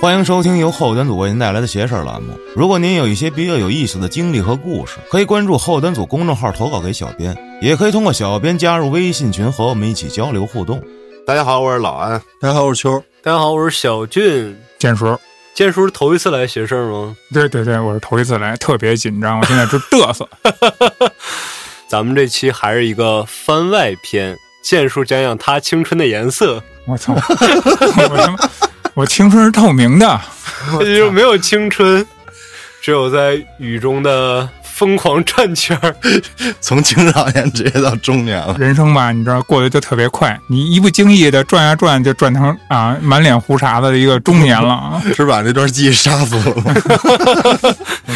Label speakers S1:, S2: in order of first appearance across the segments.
S1: 欢迎收听由后端组为您带来的“邪事儿”栏目。如果您有一些比较有意思的经历和故事，可以关注后端组公众号投稿给小编，也可以通过小编加入微信群和我们一起交流互动。
S2: 大家好，我是老安。
S3: 大家好，我是秋。
S4: 大家好，我是小俊。
S5: 建叔，
S4: 建叔头一次来学事儿吗？
S5: 对对对，我是头一次来，特别紧张，我现在直嘚瑟。
S4: 咱们这期还是一个番外篇，建叔讲讲他青春的颜色，
S5: 我操！我他妈，我青春是透明的。
S4: 这就是没有青春，只有在雨中的疯狂转圈儿。
S2: 从青少年直接到中年了，
S5: 人生吧，你知道过得就特别快，你一不经意的转呀转，就转成啊满脸胡茬子的一个中年了啊。
S2: 是把那段记忆杀死了 吗？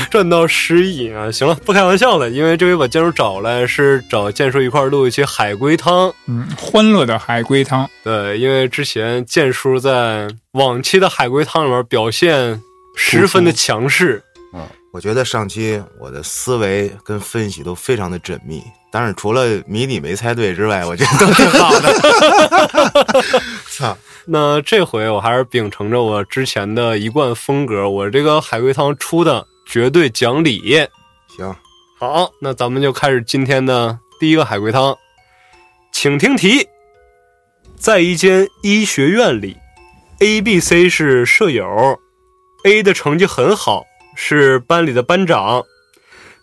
S4: 赚到失忆啊！行了，不开玩笑了，因为这回把建叔找来是找建叔一块儿录一期海龟汤。
S5: 嗯，欢乐的海龟汤，
S4: 对，因为之前建叔在往期的海龟汤里面表现十分的强势，
S2: 我觉得上期我的思维跟分析都非常的缜密，但是除了谜底没猜对之外，我觉 得都挺好的。操，
S4: 那这回我还是秉承着我之前的一贯风格，我这个海龟汤出的绝对讲理。
S2: 行，
S4: 好，那咱们就开始今天的第一个海龟汤，请听题：在一间医学院里，A、B、C 是舍友，A 的成绩很好，是班里的班长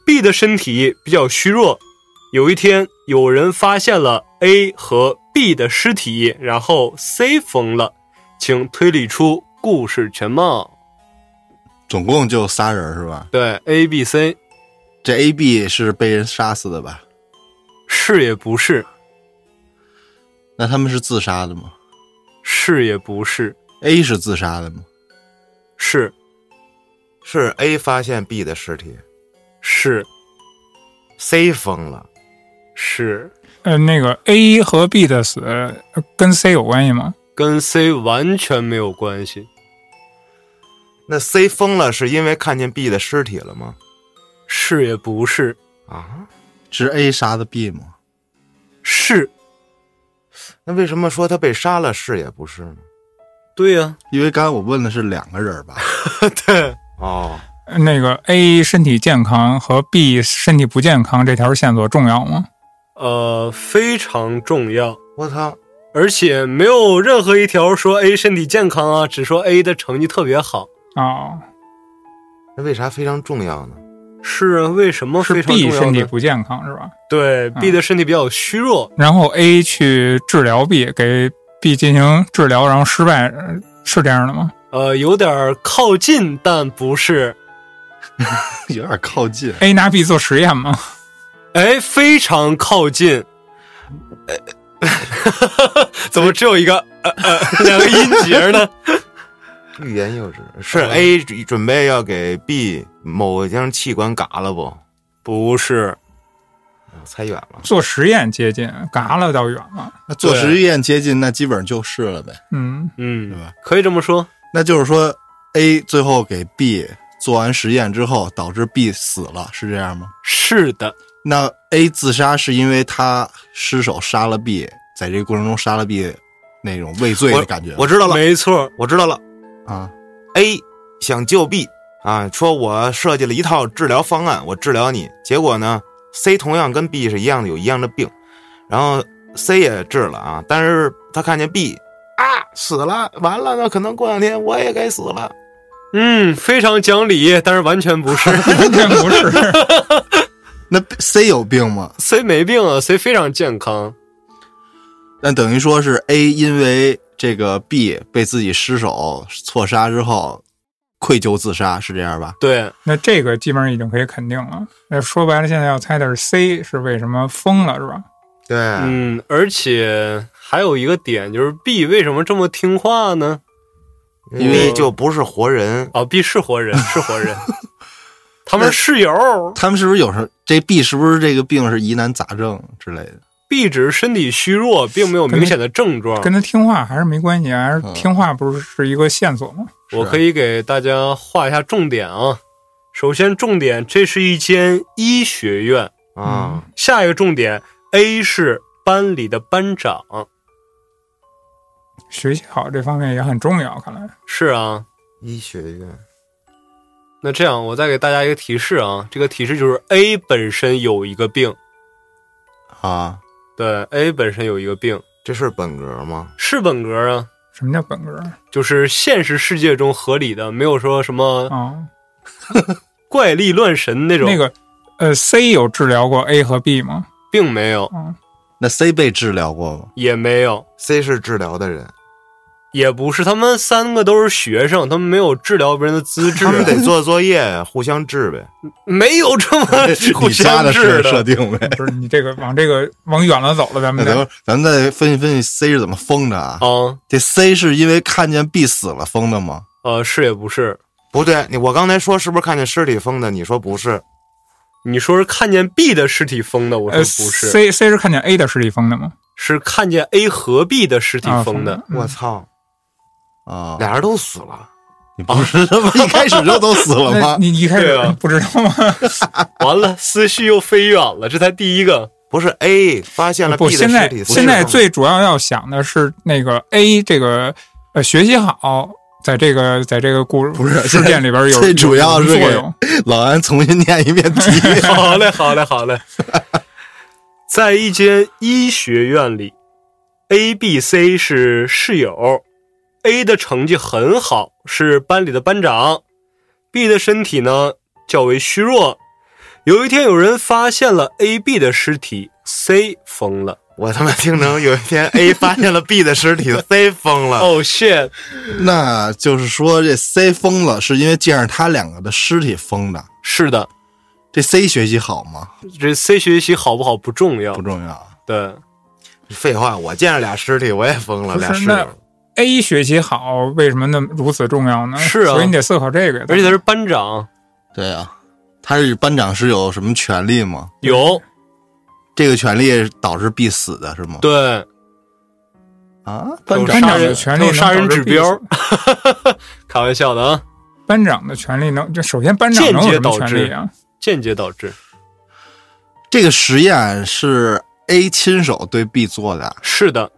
S4: ，B 的身体比较虚弱。有一天，有人发现了 A 和 B 的尸体，然后 C 疯了，请推理出故事全貌。
S2: 总共就仨人是吧？
S4: 对，A、B、C
S2: 这 A、B 是被人杀死的吧？
S4: 是也不是，
S2: 那他们是自杀的吗
S4: 是也不是，
S2: ？A 是自杀的吗？
S4: 是
S2: 是 A 发现 B 的尸体
S4: 是
S2: ，C 疯了，
S4: 是，
S5: 呃，那个 A 和 B 的死呃跟 C 有关系吗？
S4: 跟 C 完全没有关系。
S2: 那 C 疯了是因为看见 B 的尸体了吗？
S4: 是也不是，
S2: 啊，是 A 杀的 B 吗？
S4: 是
S2: 那为什么说他被杀了是也不是呢？
S4: 对呀、
S2: 因为刚才我问的是两个人吧？
S4: 对，
S2: 哦，
S5: 呃那个 A 身体健康和 B 身体不健康这条线索重要吗？
S4: 呃，非常重要，
S2: 我操，
S4: 而且没有任何一条说 A 身体健康啊，只说 A 的成绩特别好。
S5: 哦，
S2: 那为啥非常重要呢？
S4: 是啊，为什么
S5: 是
S4: 非常重
S5: B
S4: 要
S5: 身体嗯
S4: 呢？
S5: 不健康是吧？
S4: 对，B 的身体比较虚弱，
S5: 然后 A 去治疗 B，给 B 进行治疗，然后失败，呃是这样的吗？
S4: 呃，有点儿靠近，但不是。
S2: 有点靠近，
S5: A 拿 B 做实验吗？
S4: 哎，非常靠近。呃 怎么只有一个呃呃两个音节呢？
S2: 欲言又止。是 A 准备要给 B 某一张器官嘎了不？
S4: 不是，
S2: 啊猜远了。
S5: 做实验接近，嘎了倒远了。
S6: 那做
S4: 对
S6: 实验接近，那基本上就是了呗。
S5: 嗯，
S6: 对
S4: 嗯
S6: 吧，
S4: 可以这么说，
S6: 那就是说，A 最后给 B 做完实验之后，导致 B 死了，是这样吗？
S4: 是的，
S6: 那 A 自杀是因为他失手杀了 B，在这个过程中杀了 B，那种畏罪的感觉
S2: 我知道了，
S4: 没错，
S2: 我知道了。
S6: 啊。
S2: A 想救 B 啊，说我设计了一套治疗方案，我治疗你。结果呢，C 同样跟 B 是一样的，有一样的病，然后 C 也治了啊，但是他看见 B 啊死了，完了，那可能过两天我也该死了。
S4: 嗯，非常讲理，但是完全不是
S5: 完全不是。
S6: 那 B- C 有病吗？
S4: ，C 没病啊，C 非常健康，
S6: 那等于说是 A 因为这个 B 被自己失手错杀之后，愧疚自杀，是这样吧？
S4: 对，
S5: 那这个基本上已经可以肯定了。那说白了，现在要猜的是 C 是为什么疯了是吧？
S2: 对，
S4: 嗯，而且还有一个点就是 B 为什么这么听话呢？
S2: 因为就不是活人，
S4: 哦，B 是活 人，是活人，他们是室 友
S6: 他们是不是有时候这 B 是不是这个病是疑难杂症之类的？
S4: ，B 只是身体虚弱，并没有明显的症状。
S5: 跟他听话还是没关系，还是
S6: 嗯
S5: 听话不是是一个线索吗？
S4: 我可以给大家画一下重点啊。首先，重点，这是一间医学院。
S5: 嗯
S2: 啊，
S4: 下一个重点，A 是班里的班长。
S5: 学习好这方面也很重要，看来。
S4: 是啊，
S2: 医学院，
S4: 那这样，我再给大家一个提示啊，这个提示就是 A 本身有一个病，
S6: 啊，
S4: 对，A 本身有一个病
S2: 这是本格吗？
S4: 是本格啊，
S5: 什么叫本格啊
S4: 就是现实世界中合理的，没有说什么
S5: 啊？
S4: 怪力乱神那种，
S5: 那个呃，C 有治疗过 A 和 B 吗？
S4: 并没有，
S5: 啊，
S6: 那 C 被治疗过 吗？
S4: 也没有，
S2: C 是治疗的人，
S4: 也不是，他们三个都是学生，他们没有治疗别人的资 质
S5: 啊
S2: 他，们得做作业， 互相治呗。
S4: 没有这么互
S6: 你家
S4: 相
S6: 的设
S4: 治
S6: 设定呗。
S5: 不是你这个往这个往远了走了，咱
S6: 那 咱
S5: 们得
S6: 们咱们再分析分析 C 是怎么封的啊？
S4: 啊，
S6: 这 C 是因为看见 B 死了封的吗？
S4: 呃，是也不是，
S2: 不对，你我刚才说是不是看见尸体封的？你说不是，
S4: 你说是看见 B 的尸体封的，我说
S5: 呃
S4: 不是，
S5: C C 是看见 A 的尸体封的吗？
S4: 是看见 A 和 B 的尸体
S5: 啊，
S4: 封的，
S5: 嗯
S2: 我操，
S6: 啊，
S2: 俩人都死了。
S6: 你不是他妈一开始就都死了
S5: 那
S6: 吗？
S5: 你一开始
S4: 对啊
S5: 不知道吗？
S4: 完了，思绪又飞远了，这才第一个。
S2: 不是 A 发现了
S5: 不，
S2: B 的
S5: 现
S2: 尸
S5: 在
S2: 体，
S5: 现在最主要要想的是那个 A 这个呃学习好，在这个在这个故
S6: 不是
S5: 事件里边有
S6: 最主要是
S5: 有什么
S6: 给
S5: 作用。
S6: 老安重新念一遍 题。
S4: 好嘞，好嘞，好嘞。在一间医学院里，A、B、C 是室友。A 的成绩很好，是班里的班长。B 的身体呢较为虚弱。有一天，有人发现了 A、B 的尸体，C 疯了。
S2: 我他妈听成有一天 A 发现了 B 的尸体，C 疯了。
S6: 啊
S4: 哦、shit！
S6: 那就是说这 C 封了，是因为见着他两个的尸体封的。
S4: 是的，
S6: 这 C 学习好吗？
S4: 这 C 学习好不好不重要
S6: 不。重要。
S4: 对，
S2: 废话，我见着俩尸体我也疯了，
S5: 不是
S2: 俩室
S5: 那
S2: 友。
S5: A 学习好为什么那么如此重要呢？
S4: 是啊
S5: 所以你得思考这个。
S4: 而且他是班长，
S6: 对啊，他是班长是有什么权利吗？
S4: 有
S6: 这个权利导致必死的是吗？
S4: 对。
S6: 啊，
S4: 班长
S5: 班长的权利
S4: 有
S5: 能
S4: 杀人
S5: 导致
S4: 指
S5: 必
S4: 标
S5: 死，
S4: 开玩笑的啊，
S5: 班长的权利能就首先班长能有什么权利啊？
S4: 间接导致
S6: 这个实验是 A 亲手对 B 做的，
S4: 是的，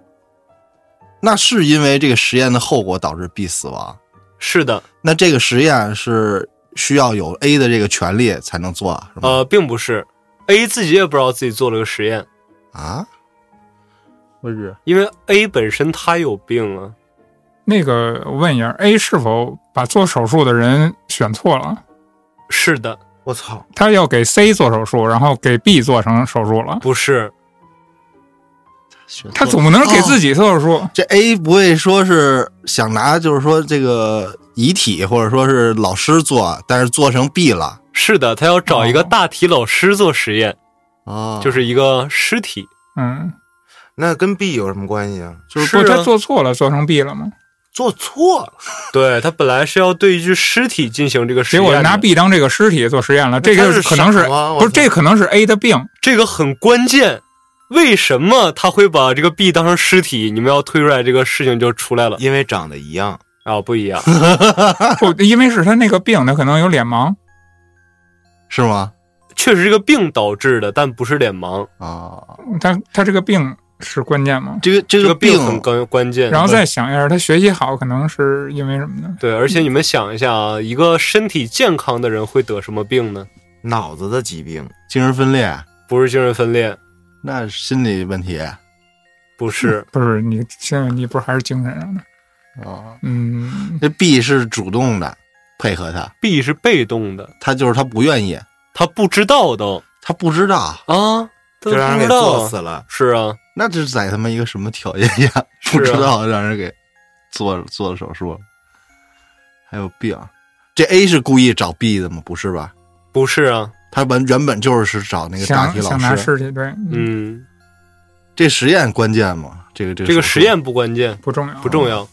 S6: 那是因为这个实验的后果导致 B 死亡。
S4: 是的，
S6: 那这个实验是需要有 A 的这个权利才能做，啊是吗？
S4: 呃，并不是 A 自己也不知道自己做了个实验，
S6: 啊，不是，
S4: 因为 A 本身他有病啊，
S5: 那个我问一下，A 是否把做手术的人选错了？
S4: 是的，
S2: 我操，
S5: 他要给 C 做手术，然后给 B 做成手术了。
S4: 不是，
S5: 他总不能给自
S6: 己、
S5: 己做手术，
S6: 这 A 不会说是想拿，就是说这个遗体或者说是老师做，但是做成 B 了
S4: 是的，他要找一个
S5: 哦
S4: 大体老师做实验，
S6: 啊
S4: 就是一个尸体，
S5: 嗯，
S2: 那跟 B 有什么关系啊？
S5: 就是不
S4: 是啊
S5: 他做错了，做成 B 了吗？
S2: 做错了，
S4: 对他本来是要对一具尸体进行这个实
S5: 结
S4: 验的，
S5: 果拿 B 当这个尸体做实验了，这
S2: 他
S5: 个
S2: 是
S5: 可能是
S2: 傻吗我
S5: 不是
S2: 操
S5: 这可能是 A 的病，
S4: 这个很关键。为什么他会把这个 B 当成尸体？你们要推出来，这个事情就出来了
S2: 因为长得一样。
S4: 啊，不一样。
S5: 不因为是他那个病，他可能有脸盲，
S6: 是吗？
S4: 确实是个病导致的，但不是脸盲，
S6: 啊，
S5: 他他这个病是关键吗？
S6: 这个这
S4: 这
S6: 个
S4: 个病很关关键。
S5: 然后再想一下，他学习好可能是因为什么呢？
S4: 对，而且你们想一下啊，一个身体健康的人会得什么病呢？
S2: 脑子的疾病，
S6: 精神分裂，
S4: 不是精神分裂，
S6: 那是心理问题啊。
S4: 不是，
S5: 不是你现在你不是还是精神上的？嗯，
S6: 这 B 是主动的配合他，
S4: B 是被动的，
S6: 他就是他不愿意，
S4: 他不知道都
S6: 他不知道，
S4: 啊，他
S2: 就
S4: 都
S2: 让人给
S4: 不知
S2: 做
S4: 道
S2: 死。了。
S4: 是啊，
S6: 那这是在他妈一个什么条件下， 不
S4: 是啊
S6: 知道让人给做做了手术，还有病。这 A 是故意找 B 的吗？不是吧？
S4: 不是啊，
S6: 他本原本就是找那个大
S5: 想
S6: 体
S5: 想
S6: 老
S5: 拿
S6: 师。
S5: 尸体对，嗯，
S4: 嗯，
S6: 这实验关键吗？这个这个
S4: 这个
S6: 手术
S4: 实验不关键，
S5: 不重要，啊
S4: 不重。要。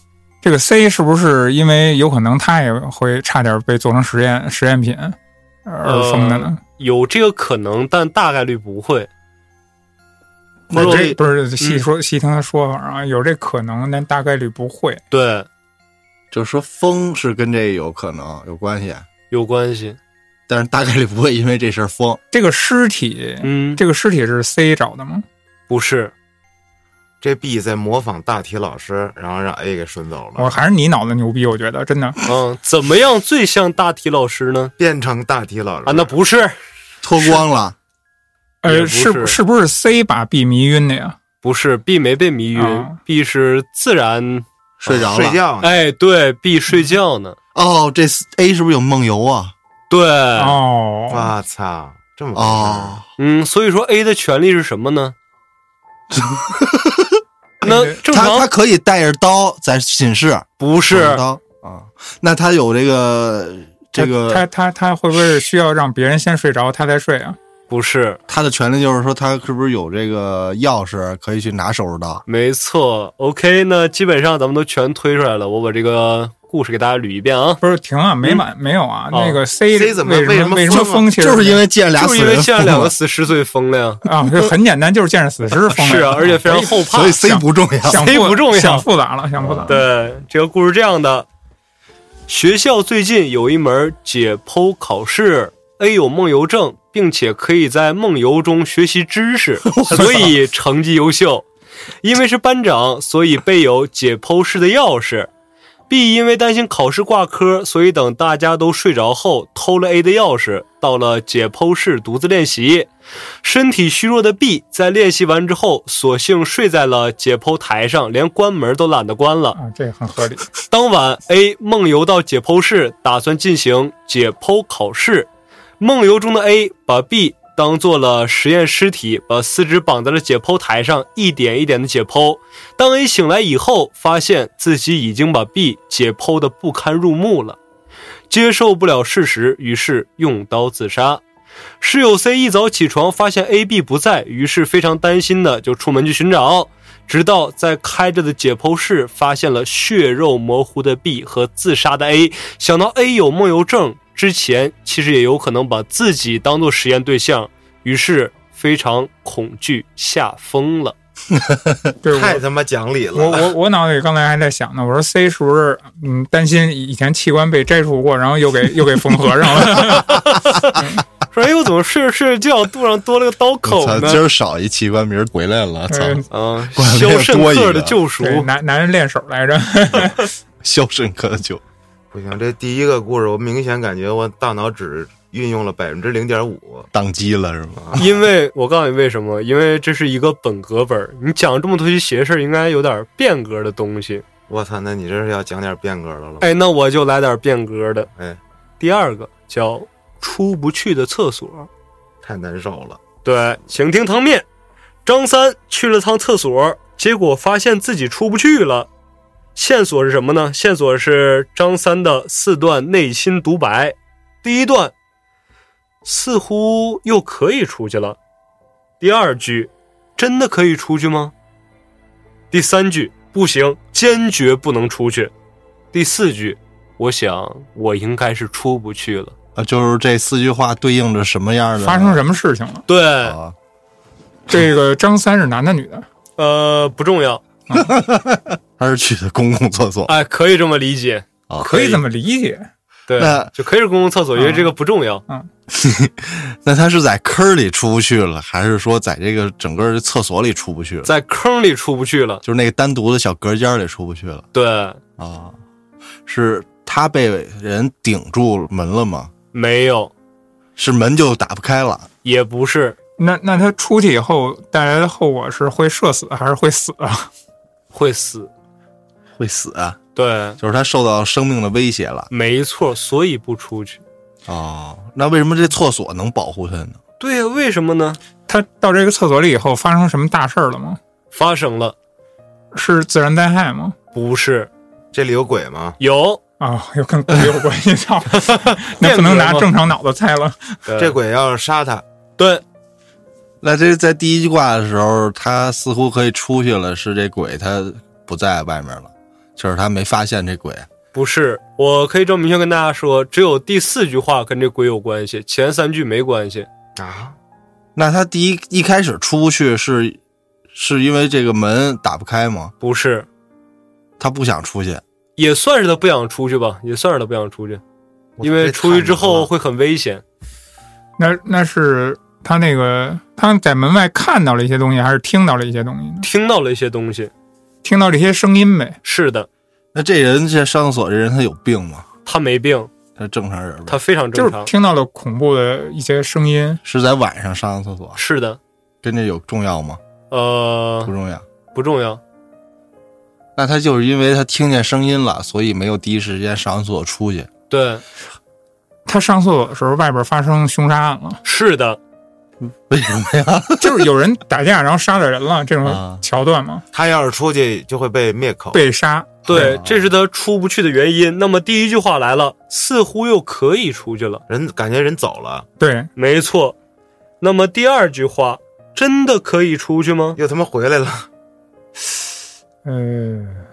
S5: 这个 C 是不是因为有可能他也会差点被做成实验实验品而封的呢？
S4: 有这个可能，但大概率不会。
S6: 那
S5: 不
S6: 这
S5: 是不是细说细听他说法啊，有这可能，但大概率不会。
S4: 对，
S6: 就是说疯是跟这有可能有关系，
S4: 有关系。
S6: 但是大概率不会因为这事儿疯。
S5: 这个尸体，
S4: 嗯，
S5: 这个尸体是 C 找的吗？
S4: 不是，
S2: 这 B 在模仿大体老师，然后让 A 给顺走
S5: 我
S4: 哦
S2: 了，
S5: 哦还是你脑子牛逼，我觉得真的。
S4: 嗯，怎么样最像大体老师呢？
S2: 变成大体老师
S4: 啊，那不是，
S6: 脱光了，
S4: 也
S5: 呃，
S4: 不
S5: 是
S4: 是
S5: 是不是 C 把 B 迷晕的呀？
S4: 不是 B 没被迷晕、
S5: 啊
S4: b 是自然。
S6: 睡着
S2: 睡
S6: 了。
S2: 觉呢，
S4: 哎，对，B 睡觉呢。
S6: 哦，这 A 是不是有梦游啊？
S4: 对，
S5: 哦，
S4: 哎
S2: 我操，这么回事儿
S6: 哦，
S4: 嗯，所以说 A 的权利是什么呢？ 那正
S6: 他他
S4: 常
S6: 可以带着刀在寝室，
S4: 不
S6: 带着
S4: 是
S6: 刀啊？那他有这个这个
S5: 他他他会不会需要让别人先睡着，他才睡啊？
S4: 不是，
S6: 他的权利就是说，他是不是有这个钥匙可以去拿手术刀？
S4: 没错。OK，那基本上咱们都全推出来了，我把这个故事给大家捋一遍啊。
S5: 不是，停啊，没满没有啊？
S4: 哦
S5: 那个 C
S2: C 怎么
S5: 为什
S2: 为什么
S5: 为什么
S2: 疯了
S5: 风气
S6: 就是因为见了俩
S4: 就
S6: 死
S4: 是因为
S6: 人
S4: 见
S6: 疯
S4: 了两个
S6: 了，
S4: 死尸，所以疯了呀。
S5: 啊，就很简单，就是见着死尸疯了。
S4: 是啊，而且非常后怕。
S6: 哎所以 C 不重要。
S5: 啊想
S4: C
S5: 复
S4: 不重要
S5: 想复杂了，想复杂了。
S4: 对，这个故事这样的：学校最近有一门解剖考试，A 有梦游症，并且可以在梦游中学习知识，所以成绩优秀。因为是班长，所以备有解剖室的钥匙。B 因为担心考试挂科，所以等大家都睡着后，偷了 A 的钥匙，到了解剖室独自练习。身体虚弱的 B 在练习完之后，索性睡在了解剖台上，连关门都懒得关了。
S5: 啊，这很合理。
S4: 当晚，A 梦游到解剖室，打算进行解剖考试。梦游中的 A 把 B 当做了实验尸体，把四肢绑在了解剖台上，一点一点的解剖。当 A 醒来以后，发现自己已经把 B 解剖的不堪入目了，接受不了事实，于是用刀自杀。室友 C 一早起床发现 A、B 不在，于是非常担心的就出门去寻找。直到在开着的解剖室发现了血肉模糊的 B 和自杀的 A，想到 A 有梦游症，之前其实也有可能把自己当做实验对象，于是非常恐惧，吓疯了。
S5: 对，
S2: 太
S5: 我
S2: 他妈讲理
S5: 我
S2: 了，
S5: 我我脑子里刚才还在想呢，我说 C 是不是嗯担心以前器官被摘除过，然后又给又给缝合上 了？
S4: 说：“哎呦，我怎么睡着睡着觉肚上多了个刀口
S6: 操，今
S4: 呢
S6: 儿少一器官，明儿回来了，操！
S5: 嗯？”
S4: 嗯，
S6: 管得
S4: 肖申
S6: 多一
S4: 克
S6: 个
S4: 的救赎。
S5: 对，男男人练手来着，
S6: 肖申克的救
S2: 不行，这第一个故事我明显感觉我大脑只运用了百分之零点五，
S6: 宕机了是吗？
S4: 因为我告诉你为什么，因为这是一个本格本儿，你讲这么多些邪事儿，应该有点变格的东西。
S2: 我操，那你这是要讲点变革的了吗？
S4: 哎，那我就来点变革的。
S2: 哎，
S4: 第二个叫出不去的厕所。
S2: 太难受了，
S4: 对，请听汤面。张三去了趟厕所，结果发现自己出不去了。线索是什么呢？线索是张三的四段内心独白。第一段，似乎又可以出去了。第二句，真的可以出去吗？第三句，不行，坚决不能出去。第四句，我想我应该是出不去了。
S6: 啊，就是这四句话对应着什么样
S4: 嗯
S6: 的？
S5: 发生什么事情了？
S4: 对，
S6: 啊？
S5: 这个张三是男的女的？
S4: 呃，不重要。
S6: 他是去的公共厕所，
S4: 哎，可以这么理解，
S6: 啊
S5: 可以这么理解？
S4: 对
S6: 那，
S4: 就可以是公共厕所，因为这个不重要。
S6: 那他是在坑儿里出不去了，还是说在这个整个厕所里出不去了？
S4: 在坑里出不去了，
S6: 就是那个单独的小隔间儿里出不去了
S4: 对，
S6: 啊？是他被人顶住门了吗？
S4: 没有，
S6: 是门就打不开了？
S4: 也不是
S5: 那那他出去以后带来的后果是会社死还是会死啊？
S4: 会死，
S6: 会死、啊，
S4: 对，
S6: 就是他受到生命的威胁了。
S4: 没错，所以不出去。
S6: 哦，那为什么这厕所能保护他呢？
S4: 对呀、为什么呢？
S5: 他到这个厕所里以后发生什么大事儿了吗？
S4: 发生了，
S5: 是自然灾害吗？
S4: 不是
S2: 这里有鬼吗？
S4: 有
S5: 啊，又跟鬼有关 系，操！那不能拿正常脑子猜了。
S4: 对
S2: 这鬼要杀他，
S4: 对，
S6: 那这在第一卦的时候，他似乎可以出去了，是这鬼他不在外面了，就是他没发现这鬼。啊
S4: 不是。我可以这么明确跟大家说，只有第四句话跟这鬼有关系，前三句没关系。
S2: 啊，
S6: 那他第一一开始出不去是是因为这个门打不开吗？
S4: 不是，
S6: 他不想出去，
S4: 也算是他不想出去吧，也算是他不想出去，
S2: 我操
S4: 因为
S2: 这
S4: 出去之
S2: 太难
S4: 后
S2: 了
S4: 会很危险。
S5: 那那是他那个他在门外看到了一些东西，还是听到了一些东西呢？
S4: 听到了一些东西。
S5: 听到这些声音呗。
S4: 是的，
S6: 那这人这上厕所这人他有病吗？
S4: 他没病，
S6: 他是正常人吗？
S4: 他非常
S5: 就
S4: 正
S5: 是
S4: 常。
S5: 听到了恐怖的一些声音，
S6: 是在晚上上的厕所，
S4: 是的，
S6: 跟这有重要吗？
S4: 呃
S6: 不，重要。
S4: 不重要。
S6: 那他就是因为他听见声音了，所以没有第一时间上完厕所出去。啊
S4: 对，
S5: 他上厕所的时候，外边发生凶杀案了，
S4: 是的，
S6: 为什么呀？
S5: 就是有人打架然后杀了人了，这种
S6: 啊
S5: 桥段嘛，
S2: 他要是出去就会被灭口。
S5: 被杀。
S4: 对，这是他出不去的原因。那么第一句话来了，似乎又可以出去了，
S2: 人感觉人走了，
S5: 对，
S4: 没错。那么第二句话，真的可以出去吗？
S2: 又他妈回来了。
S5: 呃，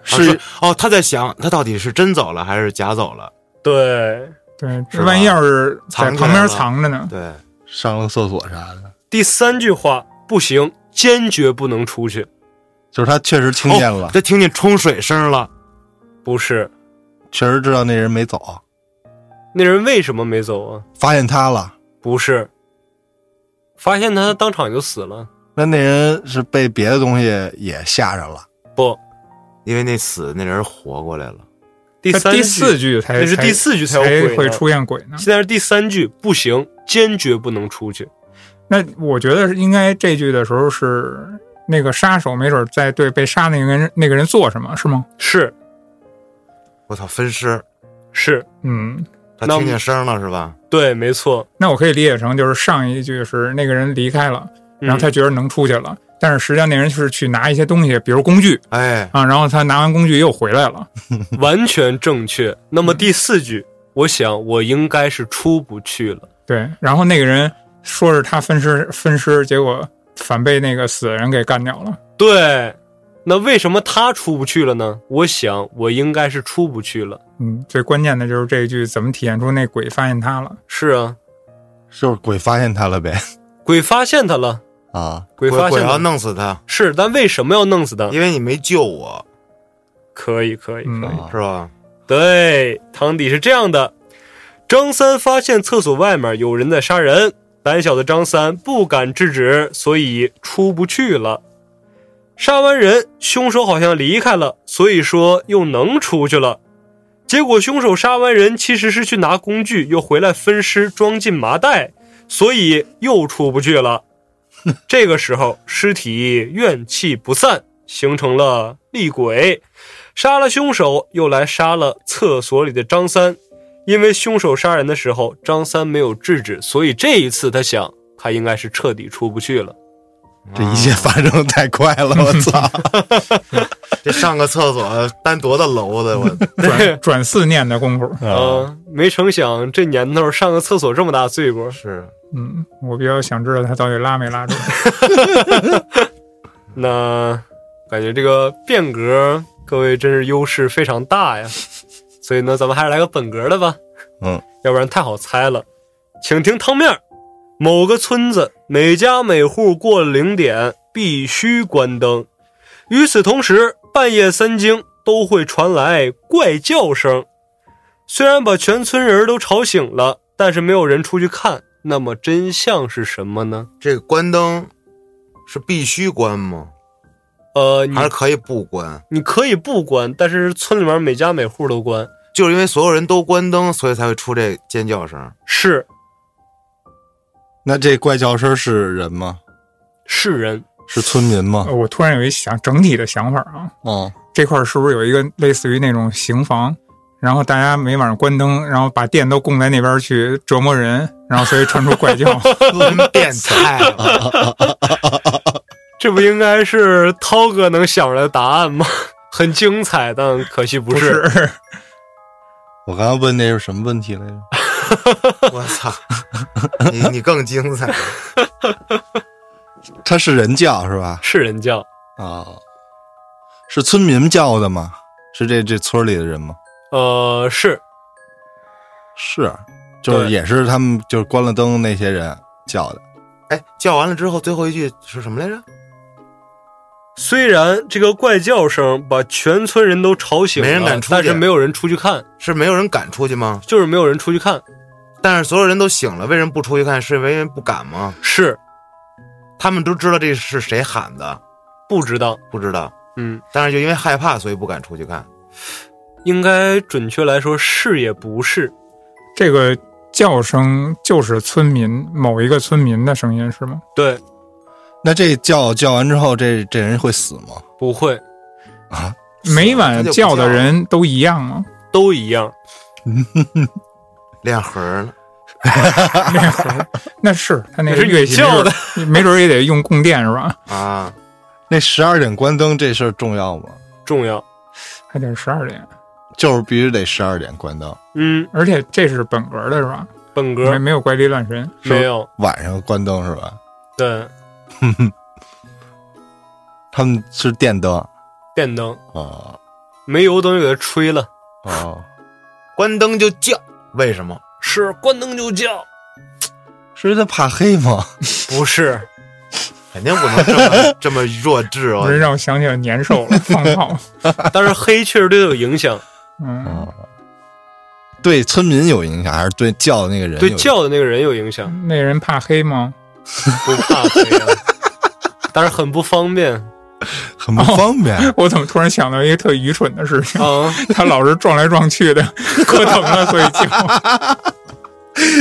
S2: 啊
S6: 是
S2: 说 哦，他在想他到底是真走了还是假走了？
S4: 对。
S5: 对，
S2: 是吧
S5: 万一要是在
S2: 藏起来
S5: 旁边
S2: 了
S5: 藏着呢？
S2: 对，
S6: 上了厕所啥的，
S4: 第三句话，不行，坚决不能出去。
S6: 就是他确实听见了，
S2: 哦，他听见冲水声了，
S4: 不是，
S6: 确实知道那人没走，
S4: 那人为什么没走啊？
S6: 发现他了。
S4: 不是，发现他当场就死了。
S6: 那那人是被别的东西也吓着了，
S4: 不，
S2: 因为那死那人活过来了。
S4: 第
S5: 他
S4: 三
S5: 第四
S4: 句，
S5: 句才
S4: 那是第四句才有鬼呢
S5: 会出现鬼呢。
S4: 现在是第三句，不行，坚决不能出去。
S5: 那我觉得是应该这句的时候是那个杀手没准在对被杀那个人那个人做什么是吗？
S4: 是
S2: 我操，分尸，
S4: 是，
S5: 嗯，
S2: 他
S4: 那
S2: 听见声了是吧？
S4: 对，没错。
S5: 那我可以理解成就是上一句是那个人离开了， 然后他
S4: 嗯
S5: 觉得能出去了，但是实际上那人是去拿一些东西，比如工具
S2: 哎，
S5: 啊，然后他拿完工具又回来了。
S4: 嗯完全正确。那么第四句，我想我应该是出不去了。
S5: 对，然后那个人说是他分尸分尸，结果反被那个死人给干掉了。
S4: 对，那为什么他出不去了呢？我想我应该是出不去了。
S5: 嗯，最关键的就是这一句怎么体现出那鬼发现他了？
S4: 是啊，
S6: 就是鬼发现他了呗。
S4: 鬼发现他了，
S6: 啊，
S4: 鬼
S2: 我
S4: 发
S2: 我
S4: 现
S2: 要
S4: 他
S2: 弄死他，
S4: 是，但为什么要弄死他？
S2: 因为你没救我，
S4: 可以，可以，可以。
S5: 嗯
S2: 是吧？
S4: 对，汤底是这样的：张三发现厕所外面有人在杀人，胆小的张三不敢制止，所以出不去了。杀完人，凶手好像离开了，所以说又能出去了。结果凶手杀完人，其实是去拿工具，又回来分尸，装进麻袋，所以又出不去了。这个时候，尸体怨气不散，形成了厉鬼。杀了凶手，又来杀了厕所里的张三。因为凶手杀人的时候，张三没有制止，所以这一次他想，他应该是彻底出不去了。
S6: 这一切发生得太快了，我操！
S2: 这上个厕所单多大楼 的，我。
S5: 转转四念的功夫，
S4: 啊、没成想这年头上个厕所这么大罪过
S2: 是
S5: 嗯，我比较想知道他到底拉没拉住。
S4: 那感觉这个变革，各位真是优势非常 大呀。所以呢，咱们还是来个本格的吧。
S6: 嗯，
S4: 要不然太好猜了。请听汤面儿：某个村子每家每户过了零点必须关灯，与此同时，半夜三更都会传来怪叫声。虽然把全村人都吵醒了，但是没有人出去看。那么真相是什么呢？
S2: 这个关灯是必须关吗？
S4: 呃，你
S2: 还是可以不关？
S4: 你可以不关，但是村里面每家每户都关。
S2: 就是因为所有人都关灯，所以才会出这尖叫声。
S4: 是
S6: 那这怪叫声是人吗？
S4: 是人，
S6: 是村民吗
S5: 呃？我突然有一想整体的想法啊，
S6: 嗯，
S5: 这块儿是不是有一个类似于那种刑房？然后大家每晚上关灯，然后把电都供在那边去折磨人，然后所以传出怪 叫。
S2: 真变态啊 了！
S4: 这不应该是涛哥能想出来的答案吗？ 很精彩，但可惜不是。
S6: 我刚刚问那是什么问题来着？
S2: 我操，你你更精彩。
S6: 他是人叫是吧？
S4: 是人叫，
S6: 啊，是村民叫的吗？是这这村里的人吗？
S4: 呃，是
S6: 是，就是
S4: 对
S6: 也是他们就是关了灯那些人叫的。
S2: 哎，叫完了之后，最后一句是什么来着？
S4: 虽然这个怪叫声把全村人都吵醒了，
S2: 没人敢出去
S4: 但是没有人出去看，
S2: 是没有人敢出去吗？
S4: 就是没有人出去看。
S2: 但是所有人都醒了，为什么不出去看？是因为不敢吗？
S4: 是
S2: 他们都知道这是谁喊的，
S4: 不知道，
S2: 不知道，
S4: 嗯，
S2: 但是就因为害怕，所以不敢出去看。
S4: 应该准确来说是也不是，
S5: 这个叫声就是村民某一个村民的声音是吗？
S4: 对，
S6: 那这叫叫完之后，这这人会死吗？
S4: 不会，
S6: 啊，
S5: 每晚叫的人都一样吗？
S4: 都一样，
S2: 练核儿呢，
S5: 那是他那个
S4: 是你
S5: 乐器
S4: 叫的
S5: 的， 没准儿也得用供电是吧？
S2: 啊，
S6: 那十二点关灯这事儿重要吗？
S4: 重要，
S5: 还得十二点，
S6: 就是必须得十二点关灯，
S4: 嗯，
S5: 而且这是本格的是吧？
S4: 本
S5: 没
S4: 格
S5: 没有怪力乱神，
S6: 是吧
S4: 没有，
S6: 晚上关灯是吧？
S4: 对，
S6: 他们是电灯啊
S4: 电灯
S6: 哦
S4: 煤油灯就给它吹了，
S6: 哦，
S2: 关灯就叫，为什么？
S4: 是关灯就叫，
S6: 是他怕黑吗？
S4: 不是，
S2: 肯定不能这 么这么弱智哦
S5: 不。是让我想起了年兽了，放炮。
S4: 但是黑确实对它有影响，
S5: 嗯，
S6: 哦，对村民有影响，还是对叫的那个人有
S4: 对
S6: 影响？
S4: 叫的那个人有影
S6: 嗯
S4: 响，
S5: 那人怕黑吗？
S4: 不怕黑啊， 但是很不方便
S6: 很不方便。
S4: 哦
S5: 我怎么突然想到一个特愚蠢的事情？
S4: 啊，
S5: 他老是撞来撞去的，磕疼了，所 以叫。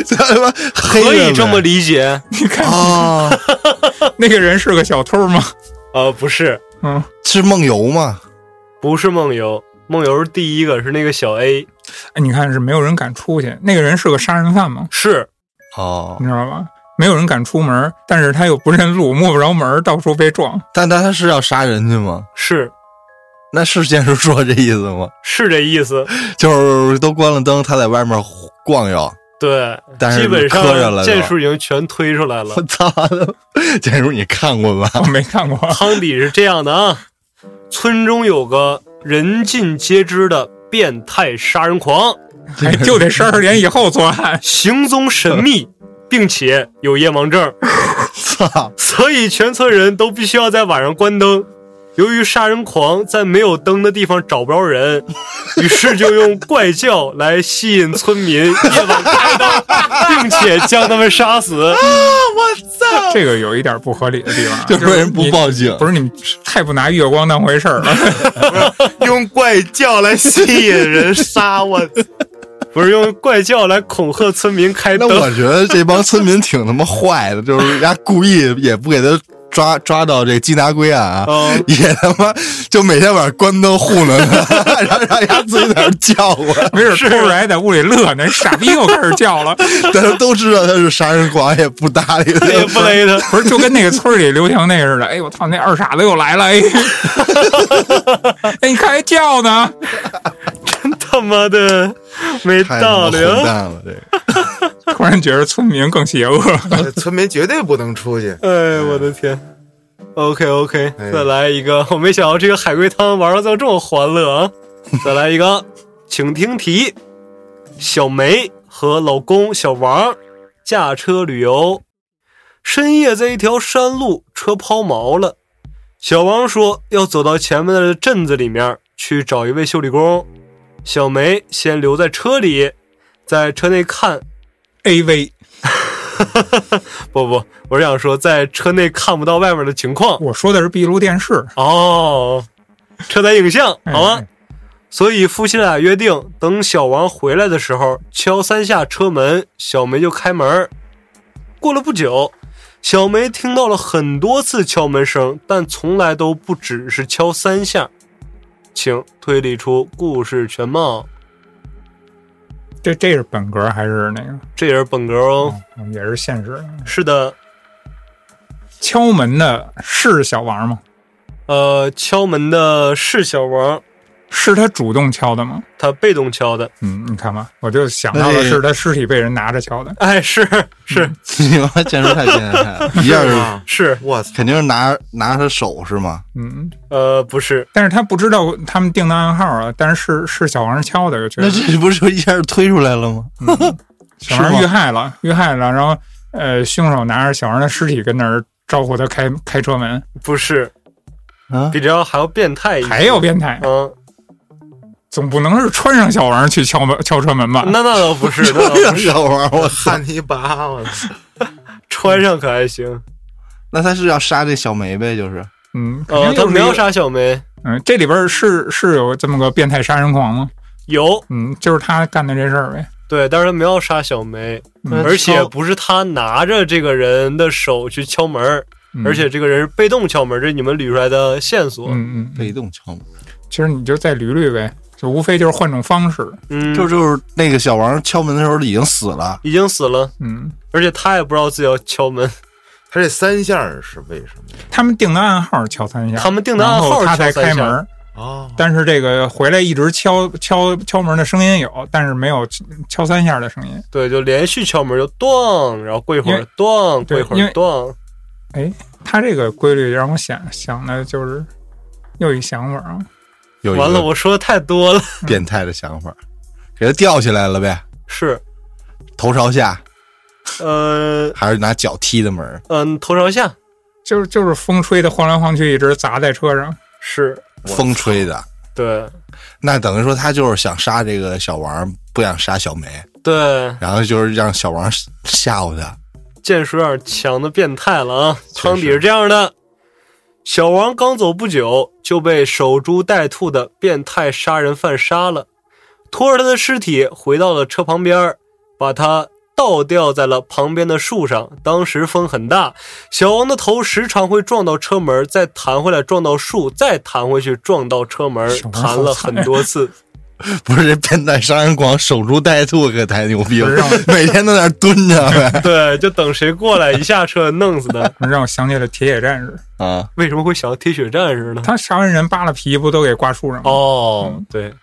S6: 这 他妈 黑
S4: 可以
S6: 人
S4: 这么
S6: 呗
S4: 理解
S5: 你看
S6: 啊？
S5: 那个人是个小偷吗？
S4: 啊，不是，
S5: 嗯，
S6: 是梦游吗？
S4: 不是梦游，梦游是第一个，是那个小 A，
S5: 哎你看是没有人敢出去。那个人是个杀人犯吗？
S4: 是
S6: 哦
S5: 你，知道吧？没有人敢出门，但是他又不认路，摸不着门儿，到处被撞。
S6: 但但他是要杀人去吗？
S4: 是
S6: 那是建叔说这意思吗？
S4: 是这意思，
S6: 就是都关了灯，他在外面逛悠，
S4: 对，
S6: 但是
S4: 基本
S6: 磕着
S4: 上
S6: 了
S4: 剑
S6: 就
S4: 术已经全推出来 了
S6: 我。操！建叔，你看过吧？
S5: 我没 看过，
S4: 汤底是这样的啊，村中有个人尽皆知的变态杀人狂，
S5: 哎，就得十二点以后 作案。
S4: 行踪神秘，并且有夜盲症，
S6: 操！
S4: 所以全村人都必须要在晚上关灯。由于杀人狂在没有灯的地方找不着 人，于是就用怪叫来吸引村民夜晚 开灯，并且将他们杀死。
S5: 这个有一点不合理的地方啊，
S6: 就说人
S5: 是
S6: 不
S5: 你
S6: 报警，
S5: 不是你们太不拿月光当回事儿了。
S2: 用怪叫来吸引人杀 我，
S4: 不是用怪叫来恐吓村民开
S6: 那
S4: 灯，
S6: 我觉得这帮村民挺他妈坏的，就是人家故意也不给他抓抓到这缉拿归案啊，
S4: 嗯
S6: 也他妈就每天晚上关灯糊弄他， 然后让人家自己在那儿叫唤，
S5: 没准偷着还在屋里乐呢，傻逼又开始叫 了。
S6: 但是都知道他是杀人狂，也不搭理
S5: 哎
S6: 他，
S4: 也不勒他。
S5: 不是，就跟那个村儿里刘强那似的。哎呦，我操，那二傻子又来了！ 哎，哎，你看还叫呢。
S4: 他妈的没
S6: 太他
S4: 道
S6: 妈
S4: 理
S6: 混
S4: 啊！
S6: 蛋了，这个。
S5: 突然觉得村民更邪恶。
S2: 村民绝对不能出去。
S4: 哎，我的天！OK OK，
S2: 哎
S4: 再来一个，我 没想到这个海龟汤玩到最后这么欢乐啊！再来一个，请听题：小梅和老公小王驾车旅游，深夜在一条山路，车抛锚了。小王说要走到前面的镇子里面去找一位修理工，小梅先留在车里，在车内看
S5: A V，
S4: 不不，我是想说，在车内看不到外面的情况
S5: 我说的是闭路电视，
S4: 哦，车载影像，
S5: 哎
S4: 好吗？所以夫妻俩约定，等小王回来的时候敲三下车门，小梅就开门儿。过了不久，小梅听到了很多次敲门声，但从来都不只是敲三下。请推理出故事全貌，
S5: 这这是本格还是那个？
S4: 这也是本格哦。
S5: 嗯也是现实。
S4: 是的，
S5: 敲门的是小王吗？
S4: 呃，敲门的是小王，
S5: 是他主动敲的吗？
S4: 他被动敲的。
S5: 嗯，你看吧，我就想到了是他尸体被人拿着敲的。
S4: 哎，是是，
S6: 你妈建叔太变态了，一下是
S2: 啊，
S4: 是，
S2: 我操！
S6: 肯定是拿拿他手是吗？
S5: 嗯，
S4: 呃，不是，
S5: 但是他不知道他们定的暗号啊，但是是是小王敲的，就觉
S6: 那
S5: 得
S6: 这不是就一下就推出来了吗？
S5: 小王
S6: 是吗
S5: 遇害了，遇害了，然后呃，凶手拿着小王的尸体跟那儿招呼他开开车门，
S4: 不是，
S6: 啊，
S4: 比这要还要变态一些。
S5: 还有变态，
S4: 嗯，
S5: 总不能是穿上小王去敲门敲车门吧？
S4: 那那倒不 哦是，
S5: 啊
S4: 那倒
S6: 这
S2: 啊
S4: 不是，
S6: 小王，我操！
S2: 汉尼拔，我操！
S4: 穿上可还行。
S6: 那他是要杀这小梅呗？就是
S5: 嗯，肯
S4: 呃，
S5: 定
S4: 他
S5: 就是
S4: 没
S5: 一
S4: 有
S5: 个
S4: 杀小梅，
S5: 嗯，这里边是是有这么个变态杀人狂吗？
S4: 有
S5: 嗯，就是他干的这事儿呗。
S4: 对，但是他没有杀小梅，
S5: 嗯
S4: 而且不是他拿着这个人的手去敲门儿，
S5: 嗯
S4: 而且这个人是被动敲门，这是你们捋出来的线索。
S5: 嗯嗯，嗯
S6: 被动敲门，
S5: 其实你就再捋捋呗，就无非就是换种方式。
S4: 嗯，
S6: 这就是那个小王敲门的时候已经死了，
S4: 已经死了，
S5: 嗯，
S4: 而且他也不知道自己要敲门。
S2: 他这三下儿是为什么呀？
S5: 他们定的暗号敲三下，
S4: 他们定的暗
S5: 然
S4: 号
S5: 后
S4: 是
S5: 他
S4: 敲
S5: 才开
S4: 三
S5: 门
S4: 下，
S5: 儿，
S2: 哦，
S5: 但是这个回来一直敲敲敲门的声音有，但是没有敲三下的声音。
S4: 对，就连续敲门，就咚，然后过一会
S5: 因
S4: 儿
S5: 为
S4: 咚，过一
S5: 对
S4: 会
S5: 因
S4: 儿
S5: 为
S4: 咚，
S5: 他这个规律让我想想的就是又一想法啊，
S6: 有一
S4: 完了，
S6: 个
S4: 我说的太多了，
S6: 变态的想法，给他吊起来了呗，
S4: 是，
S6: 头朝下，
S4: 呃，
S6: 还是拿脚踢的门儿？
S4: 嗯，头朝下，
S5: 就是就是风吹的晃来晃去，一直砸在车上。
S4: 是
S6: 风吹的。
S4: 对，
S6: 那等于说他就是想杀这个小王，不想杀小梅，
S4: 对，
S6: 然后就是让小王吓唬他。
S4: 剑术有点强的变态了啊！
S6: 实
S4: 汤底是这样的：小王刚走不久，就被守株待兔的变态杀人犯杀了，拖着他的尸体回到了车旁边儿，把他倒吊在了旁边的树上。当时风很大，小王的头时常会撞到车门，再弹回来撞到树，再弹回去撞到车门
S5: 小，王好
S4: 弹了很多次。
S6: 不是这变态杀人狂守株待兔可太牛逼
S5: 不是
S6: 了
S5: 让，
S6: 每天都在那儿蹲着 呗。
S4: 对，就等谁过来一下车弄死他。
S5: 让我想起了铁血战士，
S6: 啊，
S4: 为什么会想到铁血战士呢？
S5: 他杀完人扒了皮不都给挂树上吗？
S4: 哦，对，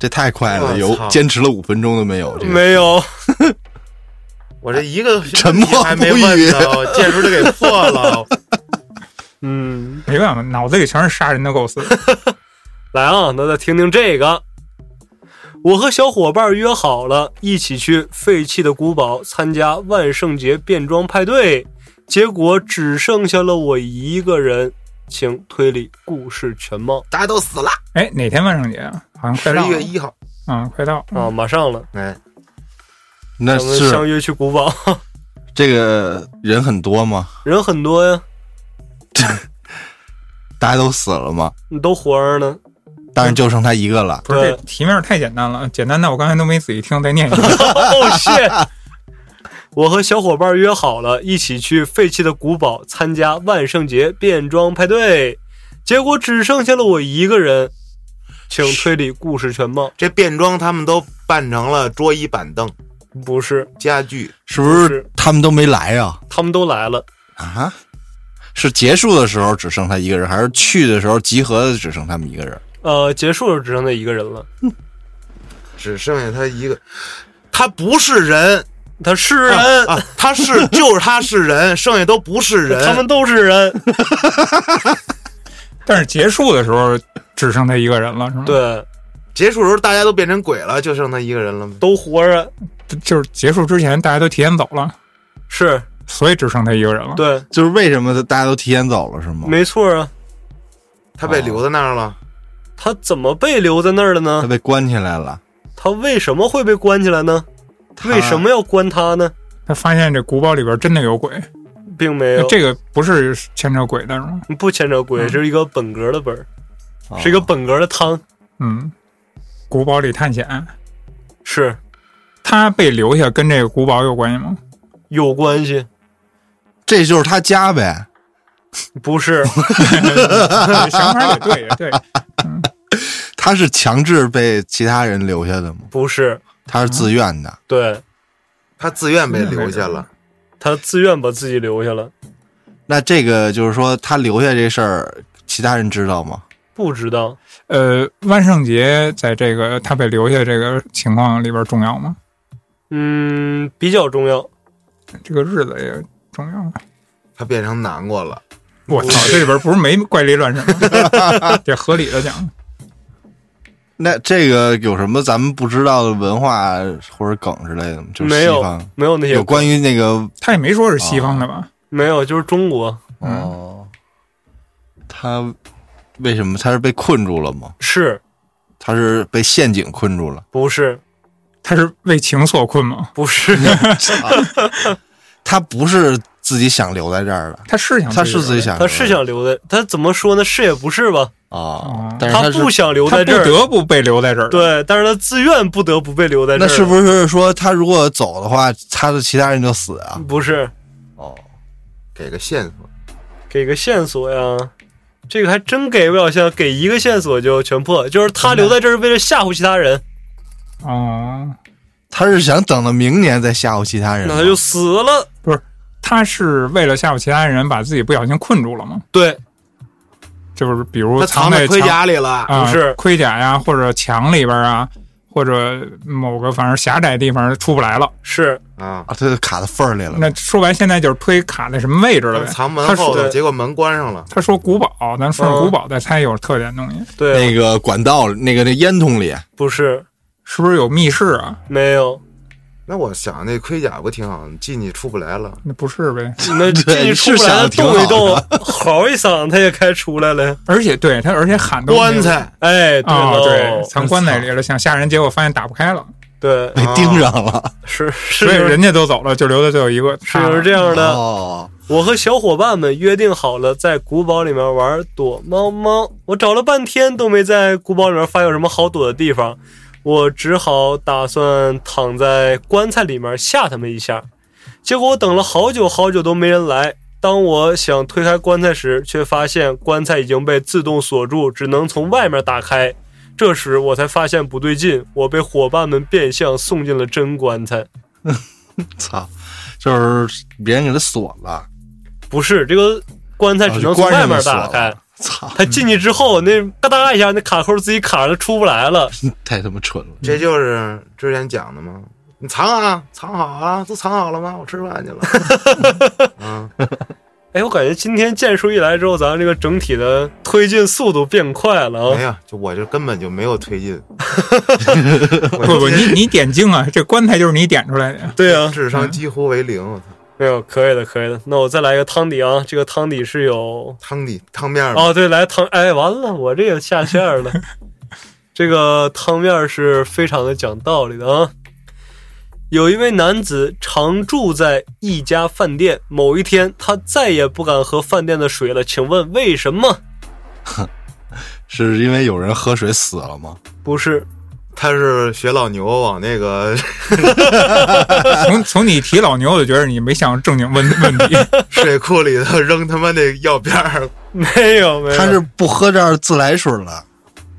S6: 这太快了，
S2: 我
S6: 有
S2: 操
S6: 坚持了五分钟都没嗯有。这个
S4: 没有。
S2: 我这一个
S6: 沉默
S2: 问题还没
S6: 不语
S2: 问呢，我剑术就给破了。
S4: 嗯，
S5: 没办法，脑子里全是杀人的构 思。
S4: 来啊，那再听听这个。我和小伙伴约好了，一起去废弃的古堡参加万圣节变装派对，结果只剩下了我一个人。请推理故事全貌
S2: 大家都死 了，
S5: 哎，哪天万圣节啊？好像快
S2: 十
S5: 到
S2: 一月
S5: 了
S2: 一号，
S5: 啊、快到了。
S4: 啊，马上了，
S2: 哎，
S6: 那
S4: 咱们相
S6: 是
S4: 约去古堡，
S6: 这个人很多吗？
S4: 人很多呀，
S6: 大家都死了吗？
S4: 你都活着呢。
S6: 当然就剩他一个了。
S5: 不是
S4: 对
S5: 这题面太简单了，简单的我刚才都没仔细听，再念一 遍。
S4: 哦，谢。我和小伙伴约好了，一起去废弃的古堡参加万圣节变装派对，结果只剩下了我一个人。请推理故事全貌，
S2: 这变装他们都扮成了桌椅板凳、
S4: 不是，
S2: 家具，
S6: 是不
S4: 不是
S6: 是他们都没来呀、
S4: 他们都来了，
S6: 啊？是结束的时候只剩他一个人，还是去的时候集合的只剩他们一个人？
S4: 呃，结束了只剩那一个人了。
S2: 只剩下他一个。他不是人，
S4: 他是人，
S2: 啊，他是就是他是人，剩下都不是人。
S4: 他们都是人。
S5: 但是结束的时候只剩他一个人了，是吗？，
S4: 对，
S2: 结束的时候大家都变成鬼了，就剩他一个人了吗？
S4: 都活着，
S5: 就是结束之前大家都提前走了，
S4: 是
S5: 所以只剩他一个人了。
S4: 对，
S6: 就是为什么大家都提前走了是吗？
S4: 没错 啊。
S2: 他被留在那儿了。
S4: 他怎么被留在那儿了
S6: 他
S4: 呢？
S6: 被关起来了。
S4: 他为什么会被关起来呢？为什么要关他呢？
S5: 他发现这古堡里边真的有鬼，
S4: 并没有。
S5: 这个不是牵扯鬼的是吗？
S4: 不牵扯鬼，
S5: 嗯
S4: 这是一个本格的本儿，
S6: 哦
S4: 是一个本格的汤，
S5: 嗯，古堡里探险，
S4: 是
S5: 他被留下跟这个古堡有关系吗？
S4: 有关系，
S6: 这就是他家呗。
S4: 不是
S5: 想法也对，也对，
S6: 他是强制被其他人留下的吗？
S4: 不是，
S6: 他是自愿的。
S4: 对
S2: 他自愿被留下了，
S4: 他自愿把自己留下了，
S6: 那这个就是说，他留下这事儿，其他人知道吗？
S4: 不知道
S5: 呃，万圣节在这个他被留下这个情况里边重要吗？
S4: 嗯，比较重要，
S5: 这个日子也重要吗？
S2: 他变成南瓜了。
S5: 我操，这里边不是没怪力乱神吗？ 得合理的讲，
S6: 那这个有什么咱们不知道的文化或者梗之类的吗？就是
S4: 没
S6: 西
S4: 有
S6: 方
S4: 没有那些
S6: 有关于那个
S5: 他也没说是西方的吧？
S4: 没有，就是中国
S5: 嗯，
S6: 哦，他为什么他是被困住了吗？
S4: 是
S6: 他是被陷阱困住 了。
S4: 不是
S5: 他是为情所困吗？
S4: 不是
S6: 啊他不是自己想留在这儿的，
S5: 他是想
S6: 他是自己想留在这
S4: 他
S6: 儿，
S4: 是想留在，他怎么说呢？是也不是吧？
S6: 啊
S5: 哦，
S6: 但是
S4: 他
S6: 是
S4: 不想留
S5: 他
S4: 在
S5: 不
S4: 这儿，
S5: 得不被留在这儿。，
S4: 对，但是他自愿不得不被留在这
S6: 那
S4: 儿。
S6: 是不是说他如果走的话，他的其他人就死啊？
S4: 不是
S2: 哦，给个线索，
S4: 给个线索呀？这个还真给不了线，给一个线索就全破。就是他留在这儿是为了吓唬其他人，
S5: 哦，
S6: 他是想等到明年再吓唬其他人吗，
S4: 那他就死了。
S5: 他是为了吓唬其他人，把自己不小心困住了吗？
S4: 对，
S5: 就是比如
S2: 他藏
S5: 在
S2: 在盔
S5: 墙
S2: 甲里了。
S5: 啊，
S4: 不是
S5: 盔甲呀，或者墙里边啊，或者某个反正狭窄地方出不来了。
S4: 是
S2: 啊，
S6: 啊，他就卡到缝儿里了。
S5: 那说白，现在就是推卡在什么位置了呗？
S2: 嗯藏门
S5: 他
S2: 后
S5: 说
S2: 头，结果门关上了。
S5: 他说古堡，咱顺着
S4: 嗯
S5: 古堡再猜有特点东西，
S4: 对，
S6: 那个管道那个那烟囱里，
S4: 不是
S5: 是不是有密室啊？
S4: 没有，
S2: 那我想那盔甲不挺好，你进去出不来了。
S5: 那不是呗？
S4: 那进去出不
S6: 是
S4: 来，
S6: 想得挺好
S4: 动一动，嚎一嗓，他也该出来了。
S5: 而且对他，而且喊都没有
S2: 棺材，
S4: 哎，对
S5: 啊、
S4: 喽，
S5: 对，藏棺材里了，想吓人，结果发现打不开了，
S4: 对
S6: 被盯上了。
S4: 是是
S5: 所以
S4: 有
S5: 人家都走了，就留的最后一个。
S4: 是
S6: 啊
S4: 有这样的。
S6: 哦，
S4: 我和小伙伴们约定好了，在古堡里面玩躲猫猫。我找了半天都没在古堡里面发现有什么好躲的地方，我只好打算躺在棺材里面吓他们一下。结果我等了好久好久都没人来。当我想推开棺材时，却发现棺材已经被自动锁住，只能从外面打开。这时我才发现不对劲，我被伙伴们变相送进了真棺材。
S6: 操，就是别人给他锁了，
S4: 不是这个棺材只能从外面打开，
S6: 操，
S4: 他进去之后那嘎哒一下，那卡扣自己卡上出不来了。
S6: 太他妈蠢了。
S2: 这就是之前讲的吗？你藏啊，藏好啊，都藏好了吗？我吃饭去了。嗯，
S4: 哎，我感觉今天剑术一来之后，咱这个整体的推进速度变快了
S2: 没
S4: 啊！
S2: 有，就我这根本就没有推进，
S5: 不不，你你点睛啊，这棺材就是你点出来的。
S4: 对啊，
S2: 智商几乎为零。我操，
S4: 没有，哎可以的，可以的。那我再来一个汤底啊，这个汤底是有
S2: 汤底汤面儿吧
S4: 哦，对，来汤，哎，完了，我这个下线儿了。 这个汤面儿是非常的讲道理的啊。有一位男子常住在一家饭店，某一天他再也不敢喝饭店的水了，请问为什么？
S6: 是因为有人喝水死了吗？
S4: 不是，
S2: 他是学老牛往那个
S5: 从从你提老牛，我就觉得你没想正经问问题。
S2: 水库里头扔他妈那药片儿，
S4: 没有，没有，
S6: 他是不喝这儿自来水了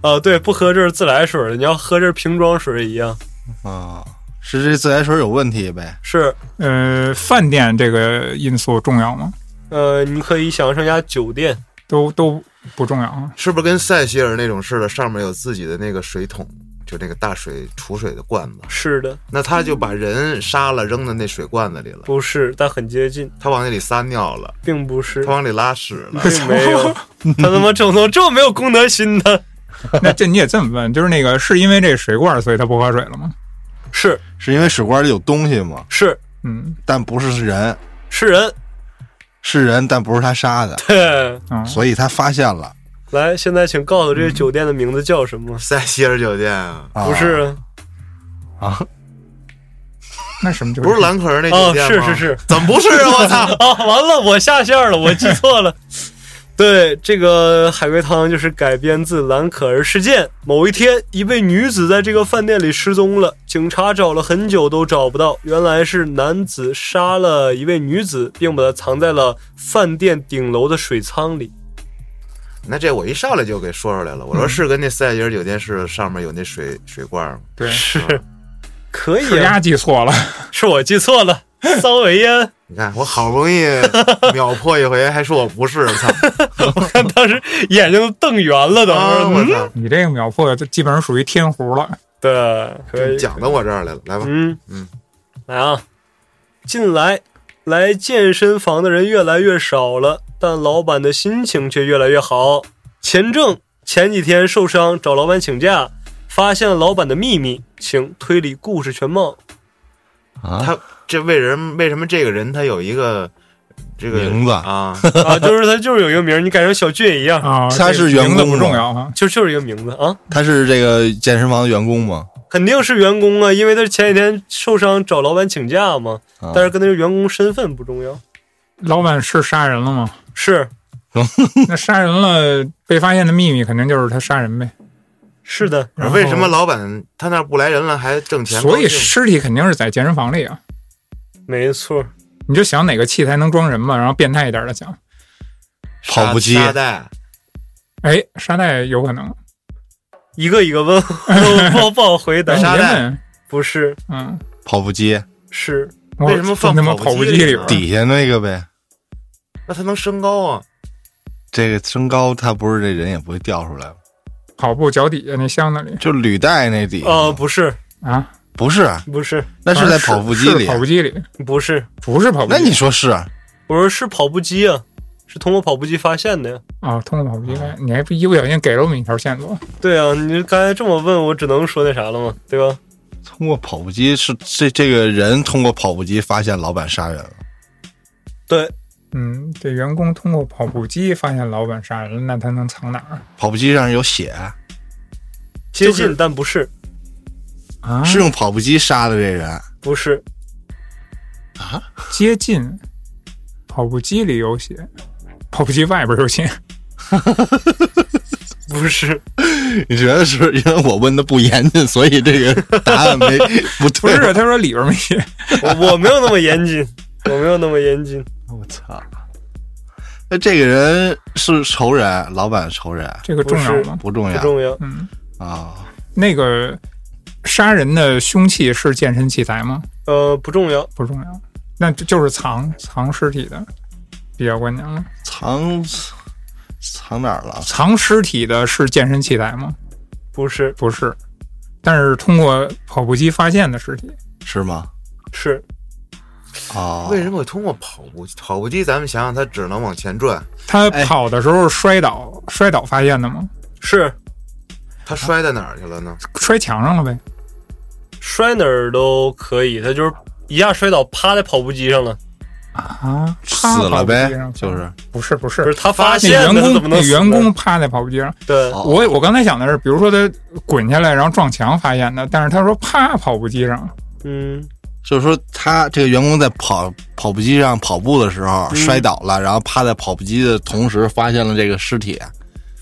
S4: 啊，对，不喝这是自来水儿，你要喝这是瓶装水一样。
S6: 啊？是这自来水有问题呗？
S4: 是，
S5: 呃，饭店这个因素重要吗？
S4: 呃，你可以想象一下酒店，
S5: 都都不重 要啊。
S2: 是不是跟塞西尔那种似的？上面有自己的那个水桶，就那个大水储水的罐子。
S4: 是的，
S2: 那他就把人杀了，扔到那水罐子里了。
S4: 不是，但很接近，
S2: 他往那里撒尿了，
S4: 并不是
S2: 他，往里拉屎了。
S4: 并没 有。他他妈这么这么没有公德心呢？
S5: 那这你也这么问，就是那个是因为这水罐，所以他不喝水了吗？
S4: 是
S6: 是因为水罐里有东西吗？
S4: 是
S5: 嗯，
S6: 但不是人，
S4: 是人，
S6: 是人，但不是他杀 的，
S4: 嘿，
S5: 啊、
S6: 所以他发现了。
S4: 来，现在请告诉我这个酒店的名字叫什么？
S2: 塞西尔酒店嗯啊，
S6: 啊
S4: 不是啊
S6: 啊，
S5: 那什么就
S2: 不是兰可儿那酒
S4: 哦，
S2: 店
S4: 是
S2: 吗？
S4: 是是
S2: 怎么不是啊？我操！
S4: 啊，完了，我下线了，我 记错了。对，这个海龟汤就是改编自兰可儿事件。某一天，一位女子在这个饭店里失踪了，警察找了很久都找不到，原来是男子杀了一位女子，并把她藏在了饭店顶楼的水仓里。
S2: 那这我一上来就给说出来了。我说是跟那塞西尔酒店是上面有那水水罐吗？
S5: 对，
S2: 嗯
S4: 是， 可以
S5: 是
S4: 啊、
S5: 丫记错了。
S4: 是我记 错了，桑维耶。
S2: 你看我好不容易秒破一回，还说我不是，操！
S4: 看当时眼睛瞪圆了，都
S2: 啊，我
S4: 嗯，
S2: 操！
S5: 你这个秒破，就基本上属于天胡了。
S4: 对，可以，
S2: 讲到我这儿来了，来吧。
S4: 嗯
S2: 嗯，
S4: 来啊，近来来健身房的人越来越少了，但老板的心情却越来越好。钱正前几天受伤找老板请假，发现了老板的秘密，请推理故事全貌。
S6: 啊，
S2: 他这为人为什么这个人他有一个这个
S6: 名字
S2: 啊？
S4: 啊，就是他就是有一个名儿，你改成小俊一样，
S5: 啊，
S6: 他是
S5: 这个
S6: 员
S5: 名字
S6: 工
S5: 不
S6: 吗
S5: 重要哈。
S4: 就就是一个名字啊，
S6: 他是这个健身房的员工吗？
S4: 肯定是员工啊，因为他是前几天受伤找老板请假嘛，
S6: 啊
S4: 但是跟他的员工身份不重要。
S5: 老板是杀人 了吗？
S4: 是
S5: 那杀人了，被发现的秘密肯定就是他杀人呗。
S4: 是的，
S5: 然后
S2: 为什么老板他那儿不来人了还挣钱？
S5: 所以
S2: 高兴
S5: 尸体肯定是在健身房里啊。
S4: 没错。
S5: 你就想哪个器材能装人吧，然后变态一点的想，
S2: 沙
S6: 跑步机
S2: 沙袋
S5: 哎，沙袋有可能，
S4: 一个一个问，我不不好回答
S5: 很。
S2: 沙
S5: 爷
S2: 袋
S5: 们，
S4: 不是，
S5: 嗯，
S6: 跑步机
S4: 是
S5: 我
S2: 为什么放
S5: 真他妈
S2: 跑
S5: 跑
S2: 步
S5: 步
S2: 机
S5: 机
S2: 里
S5: 里
S2: 边
S5: 边？
S6: 底下那个呗。
S2: 那他能升高啊？
S6: 这个身高，他不是这人也不会掉出来吗，
S5: 跑步脚底下那箱子里
S6: 就履带那底下
S4: 呃，不是，
S5: 啊？
S6: 不是，
S4: 不是，
S6: 那啊是在跑步机
S5: 是
S6: 里。
S5: 跑步机里
S4: 不是。
S5: 不是跑步机。
S6: 那你说是？啊
S4: 我说是跑步机啊，是通过跑步机发现的呀。
S5: 哦，通过跑步机来，你还不一不小心给了我们一条线索？
S4: 对啊，你刚才这么问，我只能说那啥了嘛，对吧？
S6: 通过跑步机是这这个人通过跑步机发现老板杀人了，
S4: 对，
S5: 嗯，这员工通过跑步机发现老板杀人了，那他能藏哪儿
S6: 跑步机上有血，
S4: 接
S5: 就是
S4: 近，但不是，
S5: 啊？
S6: 是用跑步机杀的这人。
S4: 不是，
S5: 接近，跑步机里有血，跑步机外边 有血，
S4: 不是，
S6: 你觉得是因为我问的不严谨，所以这个答案没不
S5: 不
S6: 对？
S5: 是？他说里边没血，
S4: 我我没有那么严谨，我没有那么严谨。
S6: 我操！那这个人是仇人，老板仇人
S5: 这个重要
S4: 不是
S5: 吗？
S6: 不重
S4: 不
S6: 要
S4: 重要，
S5: 嗯，
S6: 啊。
S5: 那个杀人的凶器是健身器材吗？
S4: 呃，不重要，
S5: 不重要，那就就是藏藏尸体的比较关键了。
S6: 藏藏哪儿了？
S5: 藏尸体的是健身器材吗？
S4: 不是，
S5: 不是，但是通过跑步机发现的尸体，
S6: 是吗？
S4: 是
S6: 啊，
S2: 为什么会通过跑步机？跑步机咱们想想，它只能往前转，
S5: 他
S6: 哎
S5: 跑的时候摔倒、摔倒发现的吗？
S4: 是，
S2: 它摔到哪儿去了呢？
S5: 摔墙上了呗。
S4: 摔哪儿都可以，他就是一下摔倒，趴在跑步机上了。
S5: 啊，
S6: 死
S5: 趴跑
S6: 了
S5: 步
S6: 呗
S5: 机上？
S6: 就是
S5: 不是不
S4: 不是
S5: 是，
S4: 他发
S5: 那
S4: 现
S5: 员
S4: 的，他怎么
S5: 工
S4: 能死
S5: 那
S4: 呢
S5: 员工趴在跑步机上。
S4: 对
S6: 哦
S5: 我我刚才想的是，比如说他滚下来然后撞墙发现的，但是他说趴跑步机上，
S4: 嗯，
S6: 就是说，他这个员工在跑跑步机上跑步的时候摔倒了，然后趴在跑步机的同时发现了这个尸体。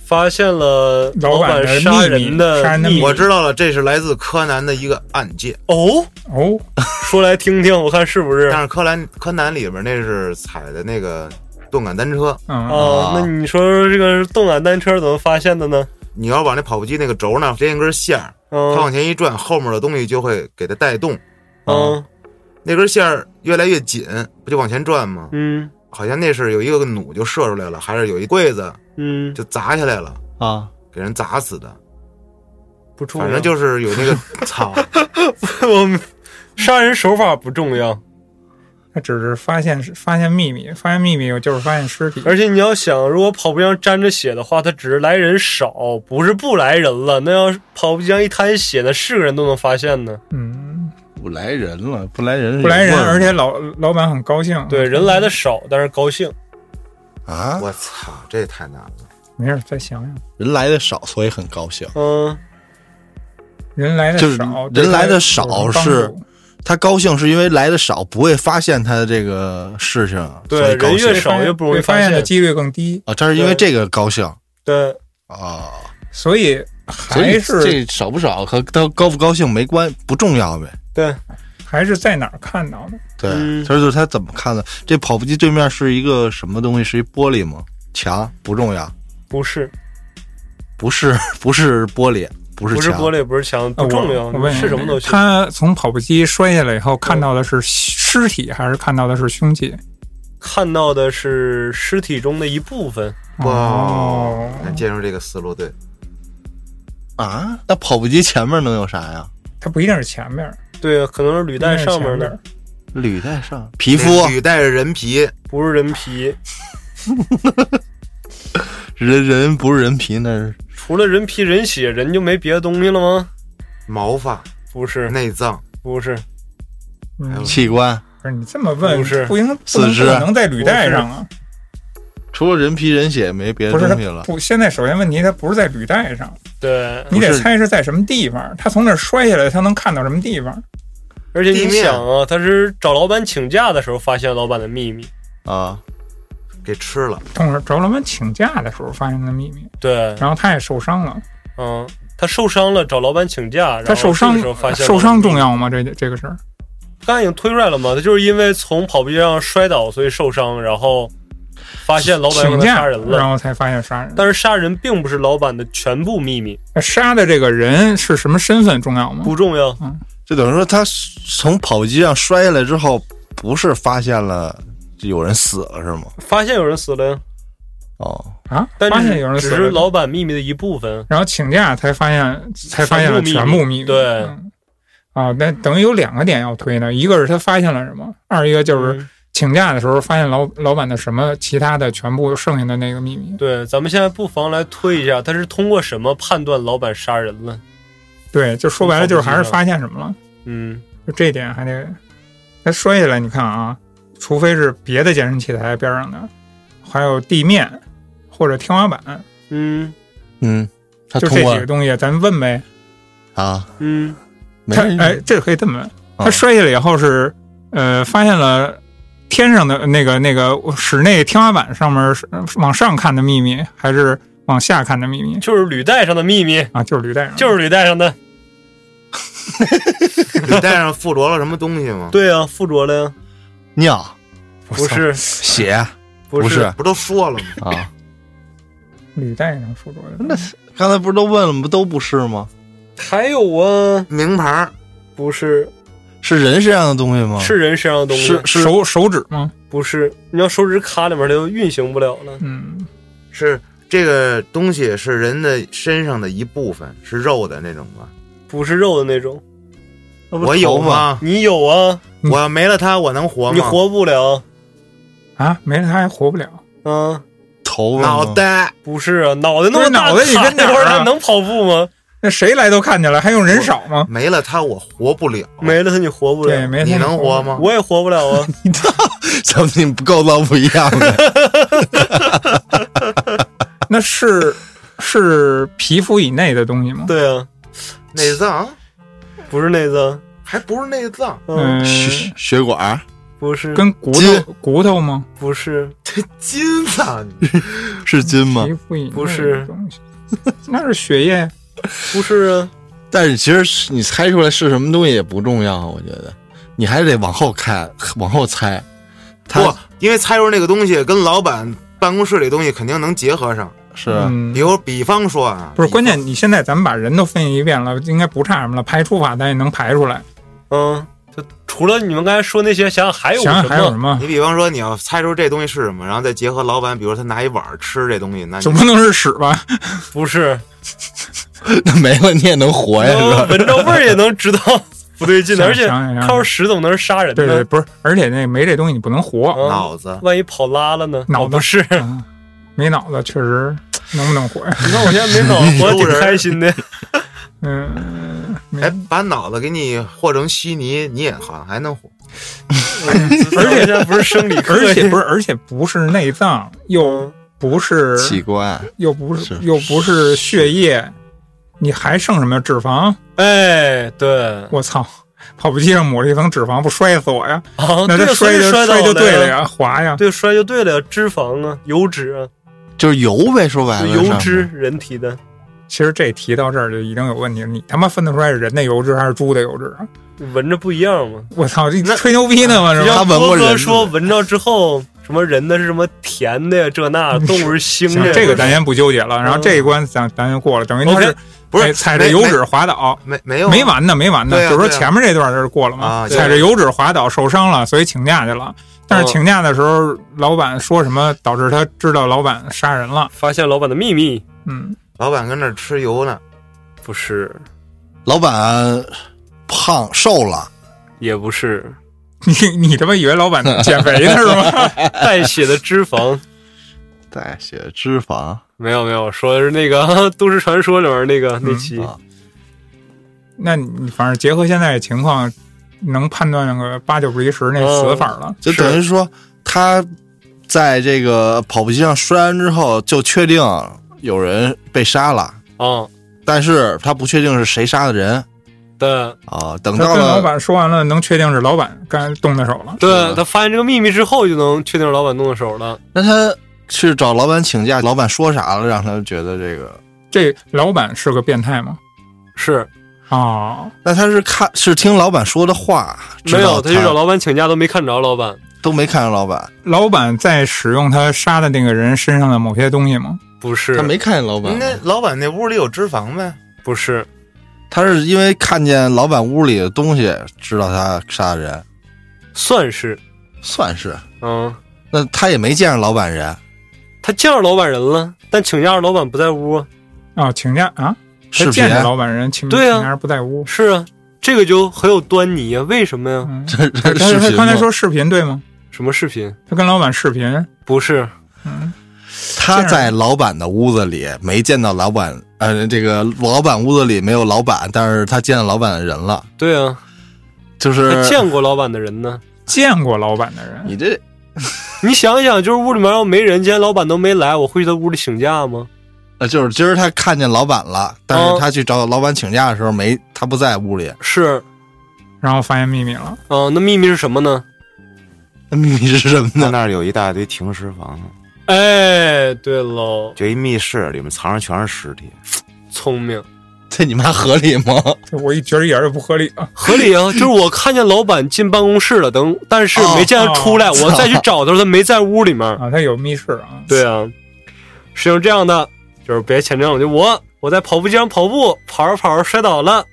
S4: 发现了
S5: 老板
S4: 板
S5: 的
S4: 杀
S5: 秘密
S4: 人的
S5: 杀人的
S4: 秘
S5: 秘
S4: 密
S5: 密
S2: 我知道了，这是来自柯南的一个案件，
S4: 哦，
S5: 哦，
S4: 说来听听，我看是不是？
S2: 但是柯南柯南里边那是踩的那个动感单车，
S5: 嗯，
S4: 哦，那你说说这个动感单车怎么发现的呢？
S2: 你要往那跑步机那个轴那儿连一根线儿，它
S4: 嗯
S2: 往前一转，后面的东西就会给它带动，
S4: 嗯
S2: 那根线儿越来越紧，不就往前转吗？
S4: 嗯
S2: 好像那是有一个弩就射出来了，还是有一柜子
S4: 嗯，
S2: 就砸下来了，
S6: 啊，
S2: 给人砸死的。
S4: 不重要，
S2: 反正就是有那 个操，
S4: 我们杀人手法不重要，
S5: 他只是发现发现秘密，发现秘密就是发现尸体。
S4: 而且你要想，如果跑步机上沾着血的话，他只是来人少，不是不来人了。那要是跑步机上一滩血呢，是个人都能发现呢。
S5: 嗯，
S6: 不来人了，不来人是
S5: 不来人
S6: 有，味儿
S5: 而且老老板很高兴。
S4: 对，人来的少，但是高兴。
S6: 啊，
S2: 我操，这也太难了。
S5: 没事，再想想，
S6: 人来的少，所以很高兴。
S4: 嗯，
S5: 人来的
S6: 就是
S5: 少，
S6: 人
S5: 对他
S6: 来得
S5: 有
S6: 少
S5: 帮助
S6: 是他高兴是因为来的少，不会发现他的这个事情，所
S4: 对，
S6: 以高
S4: 人
S6: 兴
S4: 越少越不容易
S5: 被发现的
S4: 现。
S5: 几率更低，
S6: 啊，他是因为这个高兴
S4: 对，
S6: 啊。
S5: 所以
S6: 所以
S5: 还是
S6: 这少不少和他高不高兴没关不重要呗。
S5: 还是在哪儿看到的？
S6: 对，
S4: 嗯
S6: 他说就是他怎么看的？这跑步机对面是一个什么东西？是一玻璃吗？墙不重要，
S4: 不是，
S6: 不是 不是玻璃，不是
S4: 不是
S6: 墙，
S4: 玻璃，不是墙，
S5: 呃
S4: 不重要
S5: 我我，问
S4: 是什么都
S5: 你，
S4: 行。
S5: 他从跑步机摔下来以后看到的是尸体，还是看到的是凶器？
S4: 看到的是尸体中的一部分，
S2: 哇
S5: 哦，，
S2: 咱进入这个思路对，
S6: 啊？那跑步机前面能有啥呀？
S5: 它不一定是前面，
S4: 对，啊可能是履
S5: 履
S4: 带上面的
S5: 的，
S6: 履带上皮肤
S2: 那履带着人皮，
S4: 不是人皮，
S6: 人人不是人皮，那是
S4: 除了人皮、人血，人就没别的东西了吗？
S2: 毛发、
S4: 不是，
S2: 内脏，
S4: 不是，
S5: 嗯
S6: 器官。
S5: 不是你这么问
S4: 不是
S5: 不应不
S6: 四
S5: 能
S6: 肢
S5: 不能在履带上啊？
S6: 除了人皮人血没别
S5: 不
S6: 的
S5: 是它
S6: 东西了，
S5: 不，现在首先问题它不是在履带上，
S4: 对，
S5: 你
S6: 不
S5: 得
S6: 是
S5: 猜是在什么地方。他从那儿摔下来，他能看到什么地方？
S4: 而且你
S2: 地面
S4: 想啊，他是找老板请假的时候发现老板的秘密，
S6: 啊，
S2: 给吃了。
S5: 等会儿周老板请假的时候发现的秘密，
S4: 对，
S5: 然后他也受伤了。
S4: 嗯，他受伤了，找老板请假。然后
S5: 他受
S4: 这
S5: 伤
S4: 个时候发现了
S5: 受伤重要吗？这这个事儿，
S4: 刚才已经推出来了嘛，他就是因为从跑步机上摔倒，所以受伤，然后发现老板
S5: 请
S4: 让他
S5: 假
S4: 杀人
S5: 然
S4: 了。
S5: 后才发现杀人。
S4: 但是杀人并不是老板的全部秘密，
S5: 那杀的这个人是什么身份重要吗？
S4: 不重要。
S5: 嗯
S6: 就等于说他从跑步机上摔下来之后，不是发现了有人死了是吗？
S4: 发现有人死了呀，
S6: 哦，
S5: 啊，
S4: 但
S5: 发现
S4: 只
S5: 有人
S4: 只
S5: 死
S4: 是
S5: 了，
S4: 老板秘密的一部分。
S5: 然后请假才发现才发现了全部秘密。
S4: 对
S5: 嗯啊，那等于有两个点要推呢，一个是他发现了什么，二一个就是
S4: 嗯
S5: 请假的时候发现老老板的什么其他的全部剩下的那个秘密。
S4: 对，咱们现在不妨来推一下，他是通过什么判断老板杀人了？
S5: 对，就说白了就是还是
S4: 从
S5: 发现什么了。
S4: 嗯，
S5: 就这点还得，它摔下来，你看啊，除非是别的健身器材边上的，还有地面或者天花板，
S4: 嗯
S6: 嗯，他
S5: 就
S6: 通
S5: 这
S6: 过
S5: 几个东西，咱问呗。
S6: 啊，
S4: 嗯，
S6: 没
S5: 他
S6: 人
S5: 哎，这可以这么问，他摔下来以后是呃，发现了天上的那个那个室内天花板上面是往上看的秘密，还是往下看的秘密
S4: 就是履带上的秘密，
S5: 啊？就是履带上，
S4: 就是履带上的。
S2: 履带上附着了什么东西吗？
S4: 对啊，附着了呀，
S6: 尿
S4: 不是
S6: 血
S4: 不
S6: 是
S4: 是，
S2: 不都说了吗？
S6: 啊？
S5: 履带上附着的。
S6: 那刚才不是都问了吗？都不是吗？
S4: 还有啊，
S2: 名牌儿
S4: 不是，
S6: 是人身上的东西吗？
S4: 是人身上的东西
S6: 啊是，是
S5: 手手指吗？
S4: 不是？你要手指卡里面，它就运行不了了。
S5: 嗯，
S2: 是这个东西是人的身上的一部分，是肉的那种吗？
S4: 不是肉的那种，
S6: 那不是
S2: 我有
S6: 头发？
S2: 吗？
S4: 你有啊，
S5: 嗯
S2: 我没了它，我能活吗？
S4: 你活不了
S5: 啊，没了他还活不了。
S4: 啊，
S6: 头发吗
S2: 脑袋
S4: 不是啊，脑袋那
S5: 不
S4: 么
S5: 是
S4: 大
S5: 脑袋你
S4: 卡
S5: 跟哪儿
S4: 那会儿
S5: 啊
S4: 它能跑步吗？
S5: 那谁来都看见了，还用人少吗？
S2: 没了它，我活不了。
S4: 没了它你活不
S5: 对，
S4: 了，
S5: 没
S2: 你
S5: 他
S2: 能活吗？
S4: 我也活不了啊。
S6: 怎么你们构造不一样的？
S5: 那是是皮肤以内的东西吗？
S4: 对啊，
S2: 内脏
S4: 不是内脏，
S2: 还不是内脏，
S4: 嗯，
S5: 嗯，
S6: 血血管
S4: 不是，
S5: 跟骨
S6: 筋
S5: 头骨头吗？
S4: 不是，
S2: 金啊脏
S6: 是筋吗
S5: 皮？肤以内的
S4: 不是
S5: 东西， 那是血液。
S4: 不是啊，
S6: 但是其实是你猜出来是什么东西也不重要，我觉得你还得往后看，往后猜。
S2: 不
S6: 他，
S2: 因为猜出那个东西跟老板办公室里东西肯定能结合上。
S6: 是、啊
S5: 嗯
S2: 比，如，比方说啊，
S5: 不是
S2: 比方
S5: 关键。你现在咱们把人都分析一遍了，应该不差什么了。排除法咱也能排出来。
S4: 嗯，就除了你们刚才说那些，想想还有
S5: 想
S4: 哎什
S5: 想还有什
S4: 么？
S5: 么？
S2: 你比方说，你要猜出这东西是什么，然后再结合老板，比如他拿一碗儿吃这东西，那你
S5: 总不能是屎吧？
S4: 不是，
S6: 那 没了你也能活呀，是吧？
S4: 闻着味儿也能知道不对劲，而且
S5: 想想想想
S4: 靠石头能杀人
S5: 对对，
S4: 的。
S5: 不是，而且那没这东西你不能活，
S4: 嗯
S2: 脑子
S4: 万一跑拉了呢？
S5: 脑
S4: 哦不
S5: 子
S4: 是，
S5: 嗯没脑子确实能不能活呀？
S4: 你看我现在没脑子，我挺开心的。
S5: 嗯，没
S2: 哎，把脑子给你和成稀泥，你也好像还能活。
S4: 而且现在不是生理课，嗯
S5: 而且不是，而且不是内脏，又不是
S6: 器官
S5: 又不是
S6: 是
S5: 又不是血液，你还剩什么呀脂肪？
S4: 哎，对
S5: 我操！跑步机上抹了一层脂肪，不摔死我呀？
S4: 啊，
S5: 那
S4: 对
S5: 这
S4: 所
S5: 摔
S4: 以
S5: 就
S4: 摔倒
S5: 就对了
S4: 呀，
S5: 呀，滑呀。
S4: 对，摔就对了呀，脂肪啊，油脂啊，
S6: 就是油呗，说白了，
S4: 油
S6: 哎上
S4: 脂
S6: 面，
S4: 人体的，
S5: 其实这题到这儿就已经有问题了，你他妈分得出来是人的油脂还是猪的油脂啊？
S4: 闻着不一样嘛。
S5: 我操，这吹牛逼呢吗？是
S4: 就
S5: 吧？
S6: 他
S4: 像
S6: 闻过
S4: 波
S6: 人
S4: 哥
S6: 的
S4: 说，闻着之后，什么人的是什么甜的呀，这那动物是腥
S5: 行
S4: 的，，
S5: 这 个咱先不纠结了。然后这一关咱咱就过了，等于他是
S4: OK，
S2: 不是
S5: 哎踩着
S2: 没
S5: 油脂滑倒，
S2: 没没有
S5: 没完呢，没完呢。
S2: 哎对啊
S5: 就是说
S2: 对啊
S5: 前面这段就是过了嘛，
S2: 啊
S5: 踩着油脂滑倒受伤了，所以请假去了。但是请假的时候，老板说什么导致他知道老板杀人了？
S4: 发现老板的秘密
S5: 嗯，
S2: 老板跟那儿吃油呢，
S4: 不是，
S6: 老板胖瘦了，
S4: 也不是
S5: 你你他妈以为老板减肥呢是吗？
S4: 带血的脂肪，
S6: 带血脂肪
S4: 没有没有，说的是那个 都市传说里面那个那
S5: 嗯
S4: 期，
S6: 啊
S5: 那你反正结合现在的情况，能判断个八九不离十那死法了。
S6: 就等于说他在这个跑步机上摔完之后，就确定有人被杀了，
S4: 啊，
S6: 但是他不确定是谁杀的人，
S4: 对
S6: 啊，等
S5: 他
S6: 到
S5: 跟老
S6: 了
S5: 板说完了，能确定是老板干动的手了。
S6: 是吧
S4: 对，他发现这个秘密之后，就能确定是老板动的手了。
S6: 那他是找老板请假，老板说啥了，让他觉得这个？
S5: 这老板是个变态吗？
S4: 是
S5: 哦，
S6: 那他是看是听老板说的话，知
S4: 没
S6: 道
S4: 有，他去找老板请假都没看着老板，
S6: 都没看着老板，
S5: 老板在使用他杀的那个人身上的某些东西吗？
S4: 不是，
S6: 他没看见老板，
S2: 那老板那屋里有脂肪呗？
S4: 不是，
S6: 他是因为看见老板屋里的东西，知道他杀的人，
S4: 算是，
S6: 算是。
S4: 嗯，
S6: 那他也没见着老板人，
S4: 他见着老板人了，但请假的老板不在屋啊。
S5: 哦，请假啊？
S6: 视
S5: 他
S6: 频
S5: 见着老板人，请
S4: 对啊
S5: 请假不在屋。
S4: 是啊，这个就很有端倪呀、为什么呀？
S5: 嗯，
S6: 这
S5: 他
S6: 这视
S5: 他
S6: 频
S5: 刚才
S6: 吗
S5: 说视频对吗？
S4: 什么视频？
S5: 他跟老板视频，
S4: 不是，
S5: 嗯，
S6: 他在老板的屋子里没见到老板，呃，这个老板屋子里没有老板，但是他见到老板的人了，
S4: 对啊，
S6: 就是
S4: 他见过老板的人呢。
S5: 见过老板的人，
S6: 你这
S4: 你想想，就是屋里面要没人，今天老板都没来，我会去他屋里请假吗？
S6: 呃，就是今儿他看见老板了，但是他去找老板请假的时候没，他不在屋里。
S4: 是，
S5: 然后发现秘密了。
S4: 啊、那秘密是什么呢？
S6: 那秘密是什么
S2: 他
S6: 呢？
S2: 那儿有一大堆停尸房，
S4: 哎，对喽，
S2: 就一密室，里面藏着全是尸体。
S4: 聪明，
S6: 这你妈合理吗？
S5: 这我一觉得一点儿也不合理啊！
S4: 合 理啊。就是我看见老板进办公室了，等但是没见他出来，
S6: 哦
S4: 我再去找他，他没在屋里面。
S5: 啊，他有密室啊，
S4: 对啊，是有这样的，就是别前正，就我我在跑步机上跑步，跑着跑着摔倒了，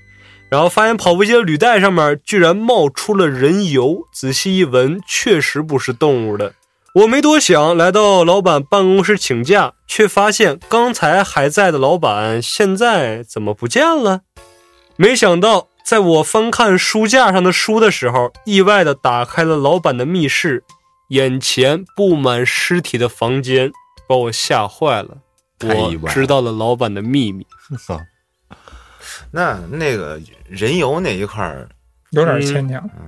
S4: 然后发现跑步机的履带上面居然冒出了人油，仔细一闻，确实不是动物的。我没多想，来到老板办公室请假，却发现刚才还在的老板现在怎么不见了？没想到，在我翻看书架上的书的时候，意外的打开了老板的密室，眼前布满尸体的房间把我吓坏了。
S6: 太意
S4: 我
S6: 外了
S4: 知道了老板的秘密，
S2: 那那个人油那一块儿，
S5: 有点牵强。
S6: 嗯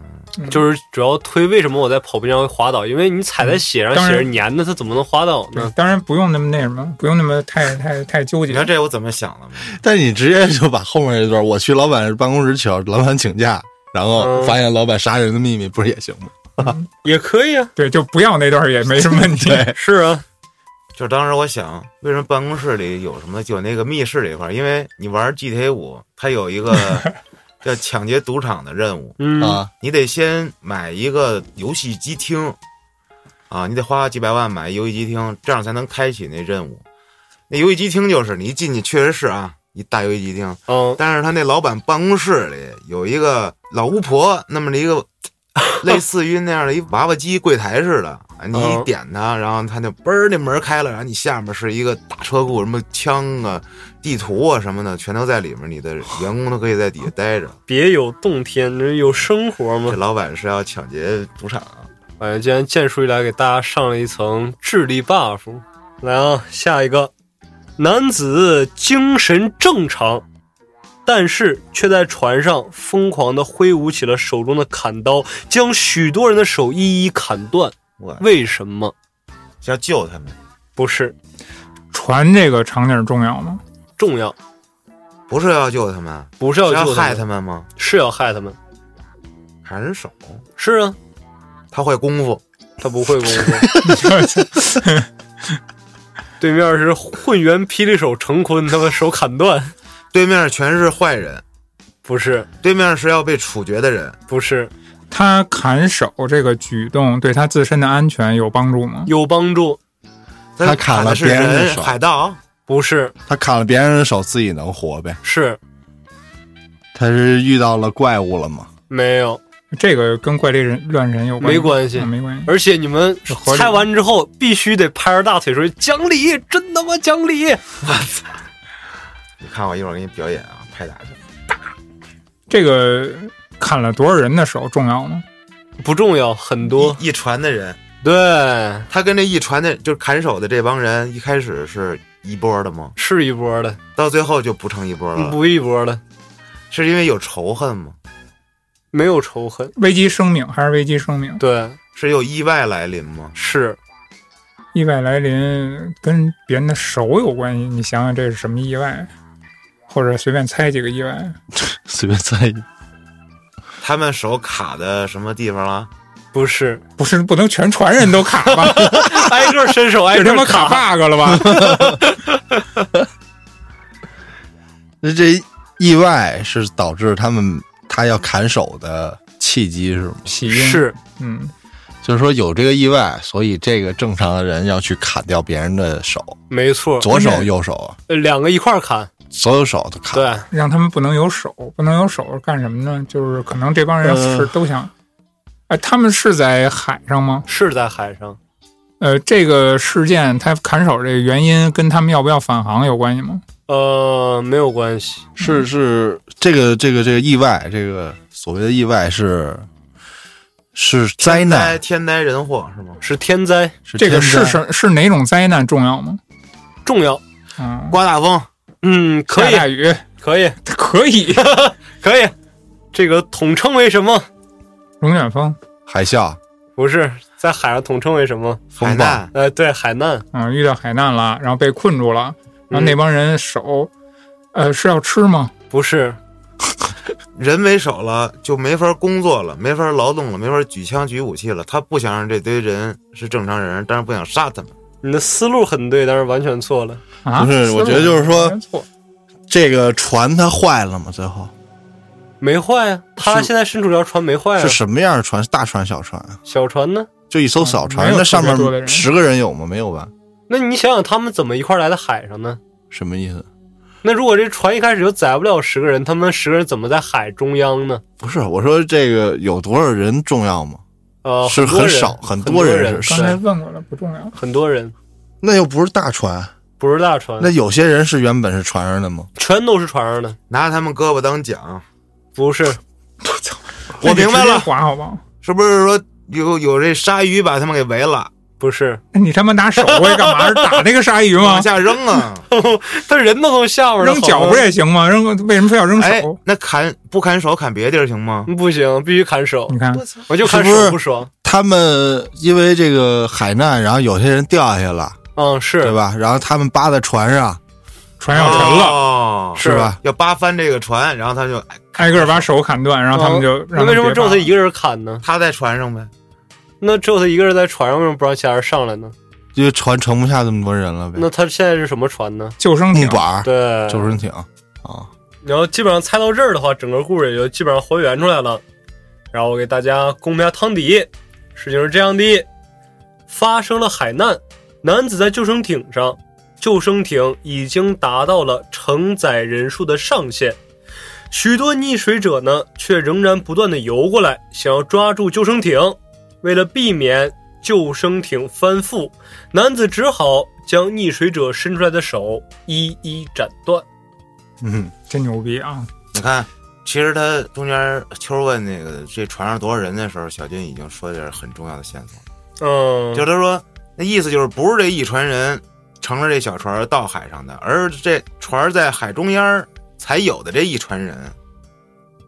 S4: 就是主要推为什么我在跑步机上会滑倒，因为你
S6: 嗯
S4: 踩在血上，
S5: 当然
S4: 血是粘的，它怎么能滑倒
S5: 对
S4: 呢？
S5: 当然不用那么那什么，不用那么太太太纠
S2: 你
S5: 结
S2: 看。这我怎么想的吗？
S6: 但你直接就把后面这段，我去老板办公室请老板请假，然后
S4: 嗯
S6: 发现老板杀人的秘密，不是也行吗？
S4: 也可以啊，
S5: 对，就不要那段也没什么 问题。
S4: 是啊，
S2: 就是当时我想，为什么办公室里有什么有那个密室这一块儿？因为你玩 GTA 五，它有 一个叫抢劫赌场的任务，
S4: 嗯，
S6: 啊，
S2: 你得先买一个游戏机厅，啊，你得花几百万买一游戏机厅，这样才能开启那任务。那游戏机厅就是你一进去确实是啊，一大游戏机厅，
S4: 嗯，
S2: 但是他那老板办公室里有一个老巫婆，那么的一个类似于那样的一娃娃机柜台似的，啊你一
S4: 嗯
S2: 点它，然后它就嘣儿那门开了，然后你下面是一个大车库，什么枪啊、地图啊什么的，全都在里面，你的员工都可以在底下待着。
S4: 别有洞天，这有生活
S2: 这
S4: 吗？
S2: 老板是要抢劫赌场啊，
S4: 哎呀，今天剑术一来，给大家上了一层智力 buff。来啊，下一个，男子精神正常，但是却在船上疯狂地挥舞起了手中的砍刀，将许多人的手一一砍断。
S2: 我
S4: 为什么？
S2: 是要救他们，
S4: 不是
S5: 船这个场景重要吗？
S4: 重要，
S2: 不是要救他们，
S4: 不是
S2: 是
S4: 要
S2: 要
S4: 救
S2: 害他
S4: 他们，
S2: 们吗？
S4: 是要害他们。
S2: 砍人手，
S4: 是啊，
S2: 他会功夫，
S4: 他不会功夫。 对面是混元霹雳手成坤，他把手砍断。
S2: 对面全是坏人，
S4: 不是，
S2: 对面是要被处决的人，
S4: 不是，
S5: 他砍手这个举动对他自身的安全有帮助吗？
S4: 有帮助。
S6: 他砍了
S2: 的是
S6: 别人的
S2: 人，
S6: 手
S2: 海盗。
S4: 不是，
S6: 他砍了别人的手，自己能活呗？
S4: 是
S6: 他是遇到了怪物了吗？
S4: 没有，
S5: 这个跟怪力人乱神有关系
S4: 没关系
S5: 啊。没关系。
S4: 而且你们
S5: 合理
S4: 猜完之后，必须得拍着大腿说讲理，真他妈讲理。
S2: 你看我一会儿给你表演啊，拍打去。
S5: 这个砍了多少人的手重要吗？
S4: 不重要，很多。
S2: 一一船的人，
S4: 对，
S2: 他跟这一船的，就是砍手的这帮人，一开始是一波的吗？
S4: 是一波的，
S2: 到最后就不成一波了，
S4: 不一波的，
S2: 是因为有仇恨吗？
S4: 没有仇恨。
S5: 危机生命还是危机生命？
S4: 对，
S2: 是有意外来临吗？
S4: 是
S5: 意外来临跟别人的手有关系，你想想这是什么意外？或者随便猜几个意外。
S6: 随便猜一个。
S2: 他们手卡的什么地方了？
S4: 不是，
S5: 不是，不能全船人都卡 吧？
S4: 挨个伸手，挨
S5: 这
S4: 个
S5: 他妈
S4: 哎卡
S5: 卡 bug 了 吧？
S6: 那这意外是导致他们他要砍手的契机是吗？
S5: 起因，
S4: 是
S5: 嗯，
S6: 就是说有这个意外，所以这个正常的人要去砍掉别人的手，
S4: 没错，
S6: 左
S5: 嗯
S6: 手右手，
S4: 呃两个一块儿砍，
S6: 所有手都砍。，
S4: 对，
S5: 让他们不能有手，不能有手干什么呢？就是可能这帮人
S6: 呃
S5: 是都想，哎，他们是在海上吗？
S4: 是在海上，
S5: 呃，这个事件他砍手这个原因跟他们要不要返航有关系吗？
S4: 呃，没有关系，
S6: 是是这个这个这个意外，这个所谓的意外是是灾难，
S2: 天灾人祸是吗？
S4: 是天灾
S6: 是
S5: 这
S6: 天
S5: 个
S6: 灾
S5: 是什是哪种灾难重要吗？
S4: 重要，
S5: 嗯，
S2: 刮大风，
S4: 嗯，可
S5: 下
S4: 以，
S5: 大雨
S4: 可以，
S5: 可以，
S4: 可以，这个统称为什么？
S5: 龙卷风，
S6: 海啸、
S4: 不是在海上统称为什么？
S2: 海
S6: 风暴，
S2: 难，
S4: 呃，对，海难，
S5: 嗯，遇到海难了，然后被困住了，然
S4: 嗯
S5: 后那帮人手，呃，是要吃吗？
S4: 不是，
S2: 人没手了就没法工作了，没法劳动了，没法举枪举武器了。他不想让这堆人是正常人，但是不想杀他们。
S4: 你的思路很对，但是完全错了。
S5: 啊，
S6: 不是我觉得就是说
S5: 没错
S6: 这个船它坏了吗？最后
S4: 没坏啊，他现在身处这条船没
S5: 哎
S4: 坏啊
S6: 是，什么样的船？是大船小船啊？
S4: 小船呢？
S6: 就一艘小
S5: 嗯
S6: 船，
S5: 没有
S6: 那上
S5: 特别多的人
S6: 面十个人有吗？没有吧？
S4: 那你想想他们怎么一块儿来的海上呢？
S6: 什么意思？
S4: 那如果这船一开始就载不了十个人，他们十个人怎么在海中央呢？
S6: 不是，我说这个有多少人重要吗？
S4: 呃，
S6: 是
S4: 很多
S6: 很
S4: 人
S6: 少，很
S4: 多
S6: 人
S4: 人，
S6: 是
S5: 刚才
S4: 对
S5: 问过了，不重要。
S4: 很多人，
S6: 那又不是大船，
S4: 不是大船
S6: 那，有些人是原本是船上的吗？
S4: 全都是船上的，
S2: 拿他们胳膊当桨，
S4: 不是
S2: 我明白
S5: 那你直接
S2: 了，
S5: 划好不好？
S2: 是不是说有有这鲨鱼把他们给围了，
S4: 不是，
S5: 那你他妈拿手我也干嘛？是打那个鲨鱼吗
S2: 往？下扔啊？
S4: 他人都从下面
S5: 扔脚不是也行吗？扔为什么非要 扔
S2: 哎
S5: 手？，
S2: 那砍不砍手砍别地儿行吗？
S4: 不行，必须砍手
S5: 你，看，
S4: 我就砍
S6: 是不是
S4: 手不爽。
S6: 他们因为这个海难，然后有些人掉下去了，
S4: 嗯，
S6: 对
S4: 是
S6: 吧？然后他们扒在船上，
S5: 船嗯要沉了，
S2: 哦，
S6: 是吧？
S2: 要扒翻这个船，然后他就哎
S5: 挨个把手砍断，然后他们就
S4: 那
S5: 让
S4: 为什么只有他
S5: 他
S4: 一个人砍呢？
S2: 他在船上呗。
S4: 那只有他一个人在船上，为什么不让其他人上来呢？
S6: 因为船盛不下这么多人了呗
S4: 那。他现在是什么船呢？
S5: 救生
S6: 木
S5: 艇？
S6: 板、
S4: 对，
S6: 救生艇啊，
S4: 然后基本上猜到这儿的话，整个故事也就基本上还原出来了。然后我给大家公布一下汤底，事情是这样的：发生了海难，男子在救生艇上，救生艇已经达到了承载人数的上限，许多溺水者呢却仍然不断的游过来，想要抓住救生艇。为了避免救生艇翻覆，男子只好将溺水者伸出来的手一一斩断。
S6: 嗯，
S5: 真牛逼啊！
S2: 你看，其实他中间秋问那个这船上多少人的时候，小军已经说点很重要的线索，
S4: 嗯，
S2: 就是他说那意思就是不是这一船人乘着这小船到海上的，而是这船在海中间儿才有的这一船人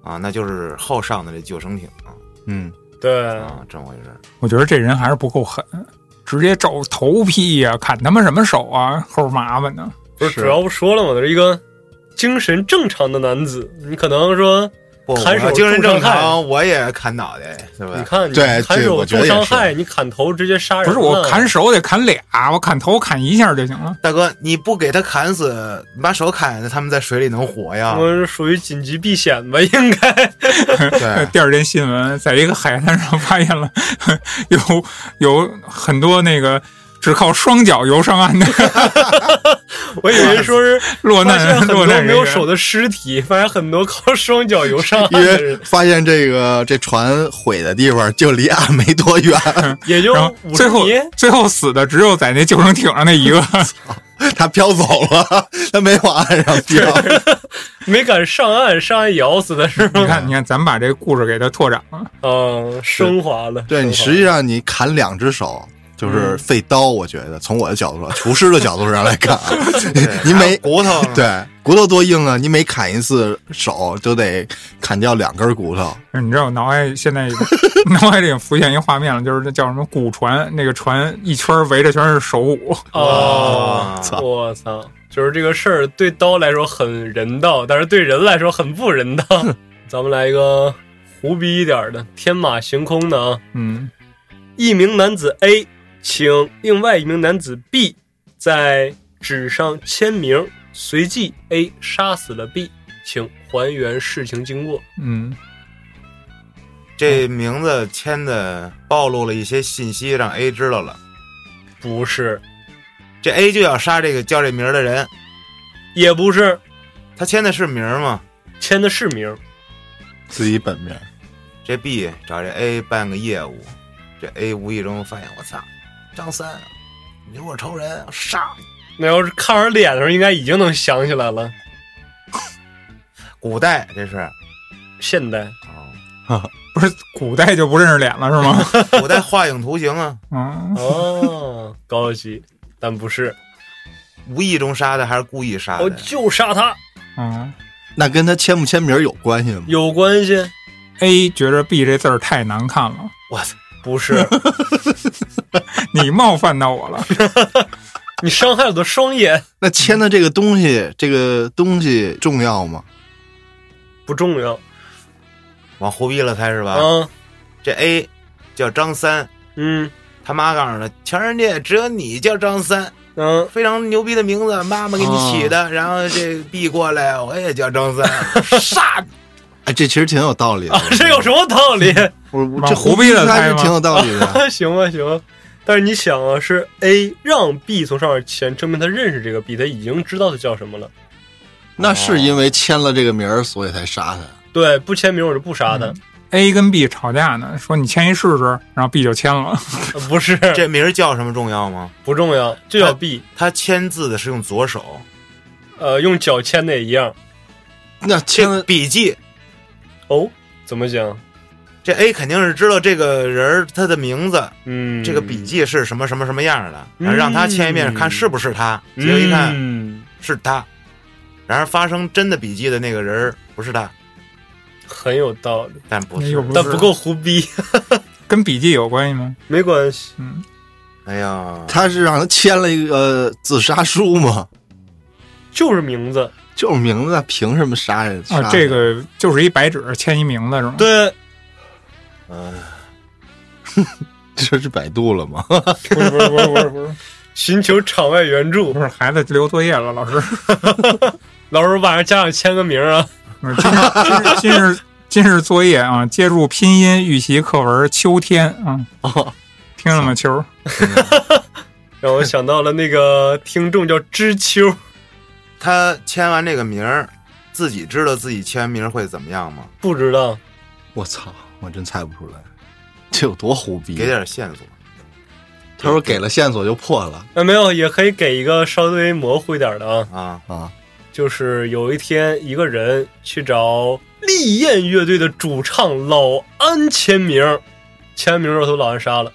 S2: 啊，那就是后上的这救生艇啊，
S6: 嗯，
S4: 对，
S2: 啊，这么回事儿。
S5: 我觉得这人还是不够狠，直接照头劈呀、砍他妈什么手啊，齁麻烦呢。
S4: 不是
S6: 是
S4: 主要不说了吗？这是一个精神正常的男子，你可能说，
S2: 不，我
S4: 砍手
S2: 要精神
S4: 重
S2: 正
S4: 伤害
S2: 常，我也砍脑袋，对吧
S4: 你？看你
S6: 对
S4: 砍
S6: 这
S4: 手
S6: 我觉
S4: 重
S6: 得也
S4: 伤
S6: 是
S4: 害，你砍头直接杀人了，
S5: 不是我砍手得砍俩，我砍头砍一下就行了。
S2: 大哥，你不给他砍死，你把手砍了，他们在水里能活呀？
S4: 我是属于紧急避险吧，应该哎
S5: 呃
S6: 对，
S5: 第二天新闻，在一个海滩上发现了有有很多那个只靠双脚游 上岸的
S4: 我以为说是
S5: 落
S4: 发现
S5: 难
S4: 很
S5: 落
S4: 多
S5: 难
S4: 没
S5: 人
S4: 有手
S5: 员。
S4: 的尸体，发现很多靠双脚游上岸
S6: 因
S4: 的人
S6: 为，发现这个这船毁的地方就离岸没多远，
S4: 也就
S5: 然后
S4: 五
S5: 最
S4: 十
S5: 后
S4: 米。
S5: 最后死的只有在那救生艇上那 一个，
S6: 他飘走了， 他没往岸上飘。
S4: 没敢上岸，上岸也咬死的是
S5: 你
S4: 吗？
S5: 看，你看，咱们把这故事给它拓展了，
S4: 嗯，升华了。
S6: 对你
S4: 升华
S6: 实际上你砍两只手，就是费刀。我觉得从我的角度上，厨师的角度上来看啊， 你
S2: 还有
S6: 每
S2: 骨
S4: 嗯
S2: 头，
S6: 对骨头多硬啊，你每砍一次手就得砍掉两根骨头。
S5: 你知道我脑海现在已 经脑海里已经浮现一个画面了，就是那叫什么骨船，那个船一圈围着全是手骨，
S2: 啊
S4: 哦
S6: 操，
S4: 我操！就是这个事儿对刀来说很人道，但是对人来说很不人道。咱们来一个胡逼一点儿的，天马行空的啊！
S5: 嗯，
S4: 一名男子 A 请另外一名男子 B 在纸上签名，随即 A 杀死了 B，请还原事情经过。
S5: 嗯，
S2: 这名字签的暴露了一些信息，让 A 知道了。
S4: 不是，
S2: 这 A 就要杀这个叫这名儿的人，
S4: 也不是，
S2: 他签的是名儿吗？
S4: 签的是名，
S6: 自己本命，
S2: 这 B 找这 A 办个业务，这 A 无意中发现，我操，张三，你是我仇人，我杀你！
S4: 那要是看着脸的时候，应该已经能想起来了。
S2: 古代这是，
S4: 现代
S2: 哦，
S5: 不是古代就不认识脸了是吗？
S2: 古代画影图形啊，
S5: 嗯，
S4: 哦，高级，但不是，
S2: 无意中杀的还是故意杀
S4: 我
S2: 的？
S4: 哦就杀他
S5: 嗯
S6: 那跟他签不签名有关系吗？
S4: 有关系？
S5: ，A 觉着 B 这字儿太难看了，
S2: 我操，
S4: 不是，
S5: 你冒犯到我了，
S4: 你伤害我的双眼
S6: 那签的这个东西，这个东西重要吗？
S4: 不重要
S2: 往胡逼了开是吧？
S4: 啊，
S2: 这 A 叫张三，
S4: 嗯
S2: 他妈告诉他，全世界只有你叫张三，
S4: 嗯，
S2: 非常牛逼的名字，妈妈给你起的。然后这 B 过来，我也叫张三，杀你！
S6: 哎，这其实挺有道理的。
S4: 啊这有什么道理？
S2: 嗯
S6: 我我
S5: 往
S6: 这
S5: 胡
S6: 胡
S5: 逼
S6: 逼
S5: 了
S6: 还
S5: 开
S6: 是
S5: 吗
S6: 挺有道理 的。
S2: 啊
S4: 行吧行吧，但是你想啊，是 A 让 B 从上面签，证明他认识这个 B，他已经知道他叫什么了。
S6: 那是因为签了这个名儿，所以才杀他。
S4: 对，不签名我就不杀他，
S2: 嗯
S5: A 跟 B 吵架呢，说你签一试试，然后 B 就签了。
S4: 啊不是
S2: 这名儿叫什么重要吗？
S4: 不重要，就叫 B，
S2: 他签字的是用左手，
S4: 呃，用脚签的也一样。
S6: 那签
S2: 这
S6: 了
S2: 笔记，
S4: 哦，怎么讲？
S2: 这 A 肯定是知道这个人儿他的名字，
S4: 嗯，
S2: 这个笔记是什么什么什么样的，
S4: 嗯
S2: 然后让他签一遍看是不是他。结果一看
S4: 嗯，
S2: 是他，然而发生真的笔记的那个人儿不是他，
S4: 很有道理，
S2: 但不
S5: 哎
S2: 是
S5: 呦。不
S4: 但不够胡逼。
S5: 跟笔记有关系吗？
S4: 没关系，
S5: 嗯，
S2: 哎呀，
S6: 他是让他签了一个、呃自杀书嘛，
S4: 就是名字。
S6: 就是名字，凭什么杀人？杀
S5: 啊，
S6: 人
S5: 这个就是一白纸签一名字是吗？
S4: 对，
S2: 嗯、
S6: 这是百度了吗？
S5: 不是不是不是不是不是
S4: 寻求场外援助
S5: 不。是孩子留作业了，老师，
S4: 老师晚上家长签个名啊。
S5: 今日今日今日作业啊，借助拼音预习课文《秋天》啊，
S6: 哦，
S5: 听了吗？秋，
S4: 让我想到了那个听众叫知秋，
S2: 他签完这个名儿，自己知道自己签名会怎么样吗？
S4: 不知道
S6: 我操，我真猜不出来，这有多胡逼
S2: 给！点线索。
S6: 他说给了线索就破了
S4: 啊？没有，也可以给一个稍微模糊一点的啊，
S2: 啊，
S6: 啊！
S4: 就是有一天一个人去找丽燕乐队的主唱老安签名，签名时候把老安杀了。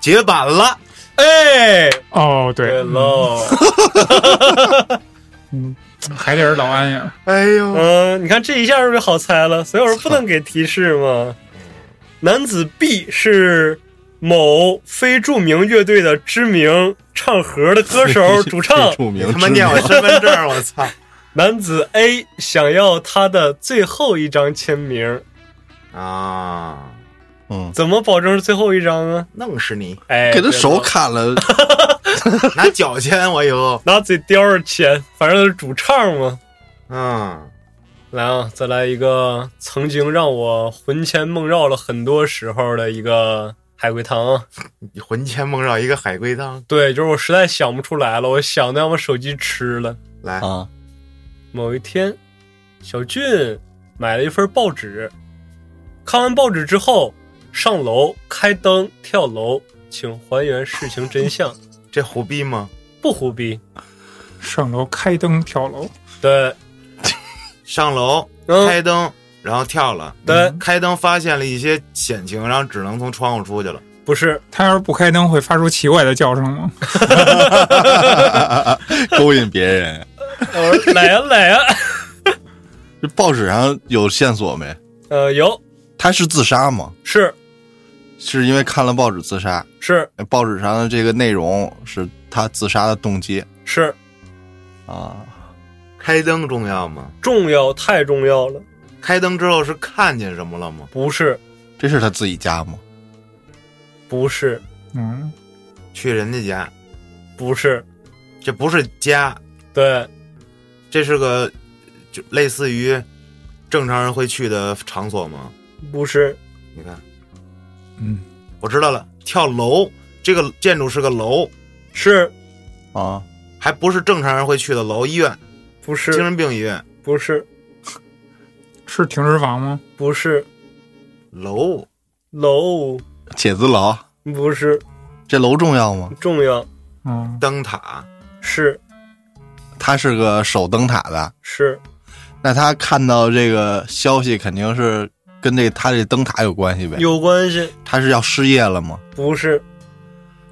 S2: 解版了，
S4: 哎，
S5: 哦，
S4: 对
S5: 对，
S4: 喽，
S5: 还得是老安呀，
S6: 哎呦，
S4: 嗯，你看这一下是不是好猜了？所以我说不能给提示嘛。男子 B 是某非著名乐队的知名唱和的歌手主唱
S6: 这。著名
S2: 他妈念我
S6: 知名
S2: 身份证儿，我操！
S4: 男子 A 想要他的最后一张签名，
S2: 啊，
S6: 嗯，
S4: 怎么保证是最后一张啊？
S2: 弄死你！
S4: 哎，
S6: 给他
S4: 对
S6: 手
S4: 了
S6: 砍了，
S2: 拿脚签我以后，
S4: 拿嘴叼着签，反正是主唱嘛。
S2: 嗯，
S4: 来啊，再来一个曾经让我魂牵梦绕了很多时候的一个海龟汤啊。
S2: 你魂牵梦绕一个海龟汤
S4: 对，就是我实在想不出来了，我想的让我手机吃了。
S2: 来，
S6: 啊！
S4: 某一天，小俊买了一份报纸，看完报纸之后，上楼开灯跳楼，请还原事情真相，
S2: 这胡逼吗？
S4: 不胡逼。
S5: 上楼开灯跳楼，
S4: 对，
S2: 上楼
S4: 嗯，
S2: 开灯，然后跳了，
S4: 对，
S2: 开灯发现了一些险情，然后只能从窗户出去了。
S4: 不是，
S5: 他要是不开灯，会发出奇怪的叫声吗？
S6: 勾引别人。
S4: 我说呃来呀来呀，
S6: 这报纸上有线索没？
S4: 呃，有
S6: 他是自杀吗？
S4: 是
S6: 是因为看了报纸自杀？
S4: 是
S6: 报纸上的这个内容是他自杀的动机
S4: 是
S6: 啊？
S2: 开灯重要吗？
S4: 重要，太重要了，
S2: 开灯之后是看见什么了吗？
S4: 不是
S6: 这是他自己家吗？
S4: 不是
S5: 嗯，
S2: 去人家家，
S4: 不是，
S2: 这不是家，
S4: 对
S2: 这是个就类似于正常人会去的场所吗？
S4: 不是
S2: 你看，
S5: 嗯，
S2: 我知道了，跳楼，这个建筑是个楼，
S4: 是
S6: 啊，
S2: 还不是正常人会去的楼，医院，
S4: 不
S2: 精
S4: 是
S2: 神病医院，
S4: 不是
S5: 是停尸房吗？
S4: 不是
S2: 楼，
S4: 楼
S6: 写字楼，
S4: 不是
S6: 这楼重要吗？
S4: 重要
S5: 嗯，
S2: 灯塔，
S4: 是
S6: 他是个守灯塔的，
S4: 是
S6: 那他看到这个消息肯定是跟这他这灯塔有关系呗？
S4: 有关系，
S6: 他是要失业了吗？
S4: 不是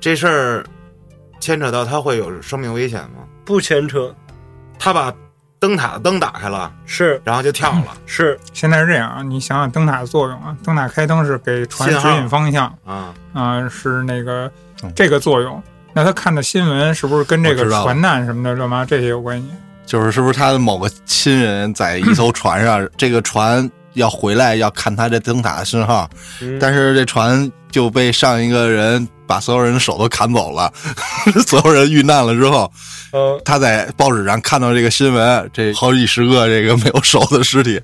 S2: 这事儿牵扯到他会有生命危险吗？
S4: 不牵扯，
S2: 他把灯塔的灯打开了，
S4: 是
S2: 然后就跳 了
S4: 是
S5: 现在是这样啊，你想想灯塔的作用啊，灯塔开灯是给船
S2: 信
S5: 指
S2: 号
S5: 引方向
S2: 啊！
S5: 啊、是那个
S6: 嗯
S5: 这个作用。那他看的新闻是不是跟这
S6: 我
S5: 个
S6: 知道了
S5: 船难什么的乱七八糟这些有关系？
S6: 就是是不是他的某个亲人在一艘船上，这个船要回来要看他这灯塔的信号，
S4: 嗯
S6: 但是这船就被上一个人把所有人的手都砍走了， 所有人遇难了之后，
S4: 嗯
S6: 他在报纸上看到这个新闻，这好几十个这个没有手的尸体，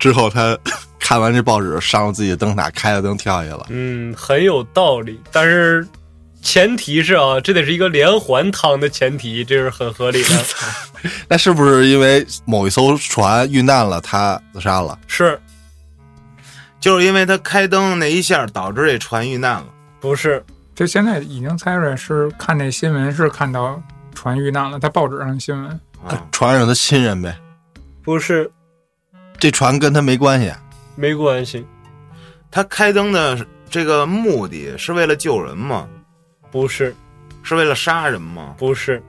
S6: 之后他看完这报纸，上了自己的灯塔，开了灯跳下去了。
S4: 嗯很有道理，但是。前提是啊，这得是一个连环汤的前提，这是很合理 的。
S6: 那是不是因为某一艘船遇难了，他自杀了？
S4: 是
S2: 就是因为他开灯那一下，导致这船遇难了。
S4: 不是？
S5: 这现在已经猜出来是看这新闻是看到船遇难了，在报纸上的新闻
S4: 哎
S2: 啊，
S6: 船上的亲人呗，
S4: 不是，
S6: 这船跟他没关系。啊
S4: 没关系，
S2: 他开灯的这个目的是为了救人吗？
S4: 不是，
S2: 是为了杀人吗？
S4: 不是，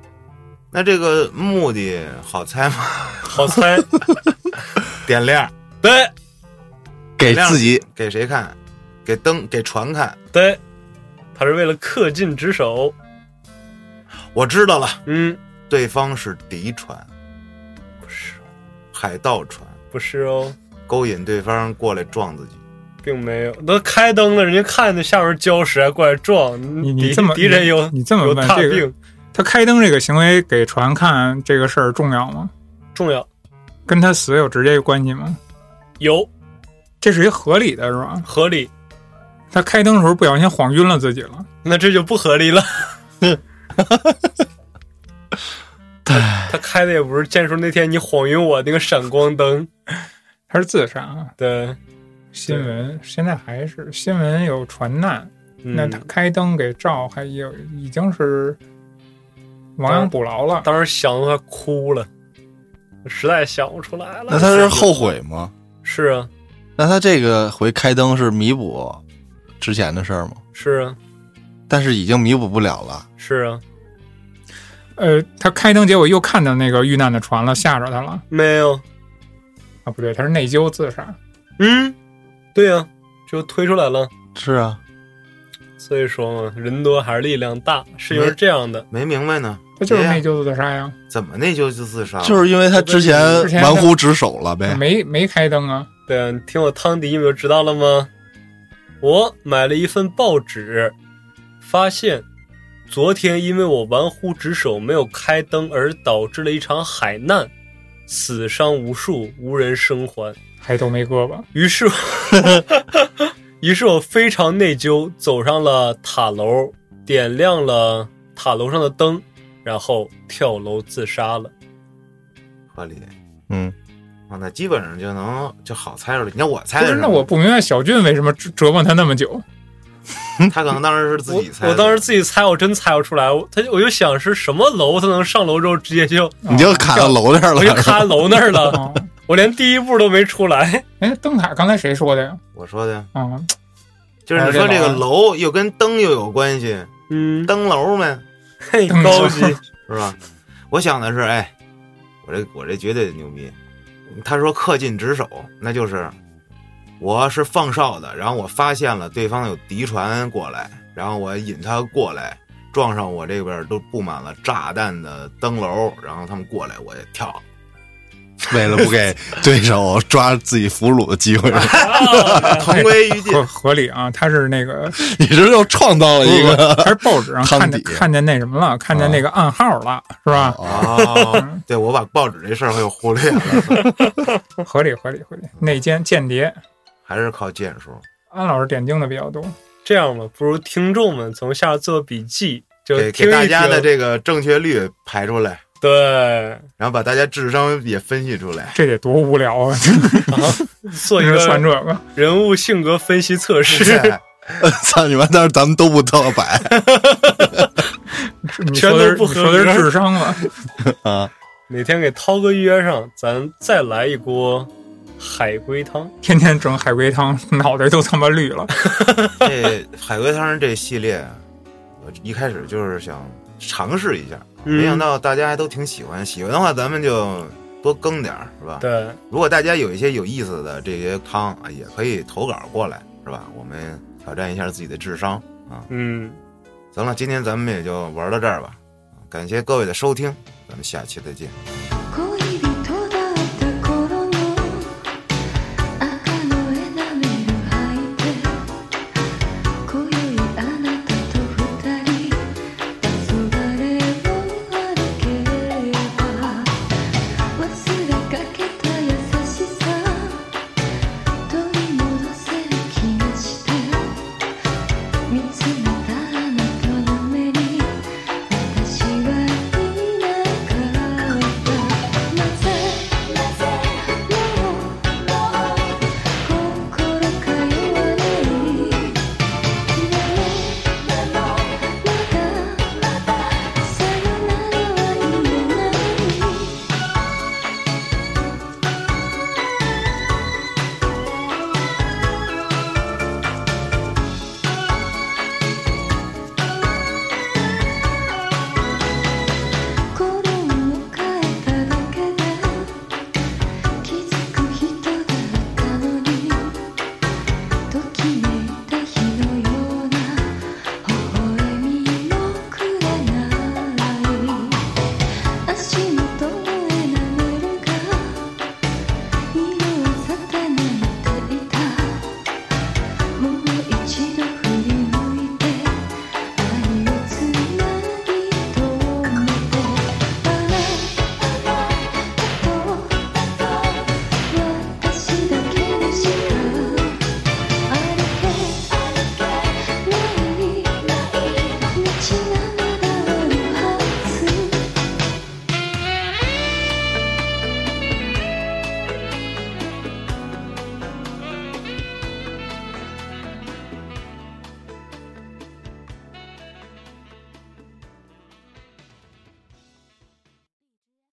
S2: 那这个目的好猜吗？
S4: 好 猜，
S2: 点亮，
S4: 对
S6: 给自己
S2: 给谁看？给灯，给船看。
S4: 对，他是为了恪尽职守，
S2: 我知道了，
S4: 嗯，
S2: 对方是敌船，
S4: 不是，
S2: 海盗船，
S4: 不是哦，
S2: 勾引对方过来撞自己。
S4: 并没有，都开灯了，人家看着下面礁石还过来撞，
S5: 你
S4: 敌
S5: 你这么
S4: 敌人有
S5: 你这么
S4: 有
S5: 问
S4: 大
S5: 这个
S4: 病，
S5: 他开灯这个行为给船看这个事儿重要吗？
S4: 重要
S5: 跟他死有直接关系吗？
S4: 有
S5: 这是一合理的，是吧？
S4: 合理，
S5: 他开灯的时候不小心晃晕了自己了，
S4: 那这就不合 理了。他他开的也不是剑叔那天你晃晕我那个闪光灯，
S5: 他是自杀啊。
S4: 对，
S5: 新闻现在还是新闻有船难，
S4: 嗯
S5: 那他开灯给照，还有已经是亡羊补牢了。
S4: 当时想的快哭了，实在想不出来了。
S6: 那他是后悔吗？
S4: 是啊，
S6: 那他这个回开灯是弥补之前的事儿吗？
S4: 是啊，
S6: 但是已经弥补不了了。
S4: 是啊，
S5: 呃，他开灯，结果又看到那个遇难的船了，吓着他了
S4: 没有，
S5: 啊？不对，他是内疚自杀。
S4: 嗯，对呀、就推出来了。
S6: 是啊，
S4: 所以说嘛，人多还是力量大，事情是这样的。
S2: 没明白呢，
S5: 他就是
S2: 别呀
S5: 内疚自杀呀，
S2: 怎么那就就自杀了？
S6: 就是因为他之前
S5: 之前他
S6: 玩忽职守了呗。
S5: 没没开灯啊。
S4: 对啊，你听我汤迪，你们就知道了吗？我买了一份报纸，发现昨天因为我玩忽职守没有开灯而导致了一场海难，死伤无数，无人生还。
S5: 还都没胳膊，
S4: 于是， 于是我非常内疚，走上了塔楼，点亮了塔楼上的灯，然后跳楼自杀了。
S2: 合理
S6: 嗯，
S2: 啊，那基本上就能就好猜出来。你看我猜
S5: 不
S2: 的
S5: 是？
S2: 时
S5: 那
S2: 候
S5: 我不明白小俊为什么折折磨他那么久。
S2: 他可能当时是自己猜
S4: 我
S2: 的
S4: 我当时自己猜，我真猜不出来。我他我就想是什么楼，他能上楼之后直接就
S5: 啊
S6: 你就卡到楼那儿
S4: 我就
S6: 了。
S4: 卡楼那儿了，
S5: 哦
S4: 我连第一步都没出来。
S5: 哎，灯塔刚才谁说的呀？
S2: 我说的呀，
S5: 啊，
S2: 就是你说这个楼又跟灯又有关系，
S4: 嗯，
S2: 灯楼呗，
S4: 嘿，高级，
S2: 是吧？我想的是，哎，我这我这绝对牛逼。他说恪尽职守，那就是我是放哨的，然后我发现了对方有敌船过来，然后我引他过来，撞上我这边都布满了炸弹的灯楼，然后他们过来我也跳了。
S6: 为了不给对手抓自己俘虏的机会，
S2: 同归 于尽。
S5: 合合理啊，他是那个
S6: 你这又创造了一个
S5: 还是报纸上
S6: 汤
S5: 看见
S6: 底
S5: 看见那什么了，看见那个暗号了，是吧？
S2: 哦，对，我把报纸这事儿又忽略了，
S5: 合理合理合理，内奸间谍，
S2: 还是靠剑术。
S5: 安老师点睛的比较多，
S4: 这样吧，不如听众们从下做笔记，就
S2: 给
S4: 听
S2: 给
S4: 一
S2: 大家
S4: 听
S2: 的这个正确率排出来，
S4: 对，
S2: 然后把大家智商也分析出来。
S5: 这得多无聊啊！
S4: 做 一
S5: 一直算这
S4: 个
S5: 个，
S4: 人物性格分析测试，
S6: 操你妈！但是咱们都不特摆
S5: 你说的
S4: 全
S5: 是
S4: 都不合
S5: 你说的
S4: 格
S5: 是智商了，
S6: 啊，
S4: 哪天给涛哥约上，咱再来一锅海龟汤。
S5: 天天整海龟汤，脑袋都他妈绿了。
S2: 这海龟汤这系列，我一开始就是想尝试一下，
S4: 嗯
S2: 没想到大家还都挺喜欢。喜欢的话，咱们就多更点儿，是吧？
S4: 对，
S2: 如果大家有一些有意思的这些汤啊，也可以投稿过来，是吧？我们挑战一下自己的智商。
S4: 嗯，
S2: 行了，啊今天咱们也就玩到这儿吧，感谢各位的收听，咱们下期再见。
S3: 故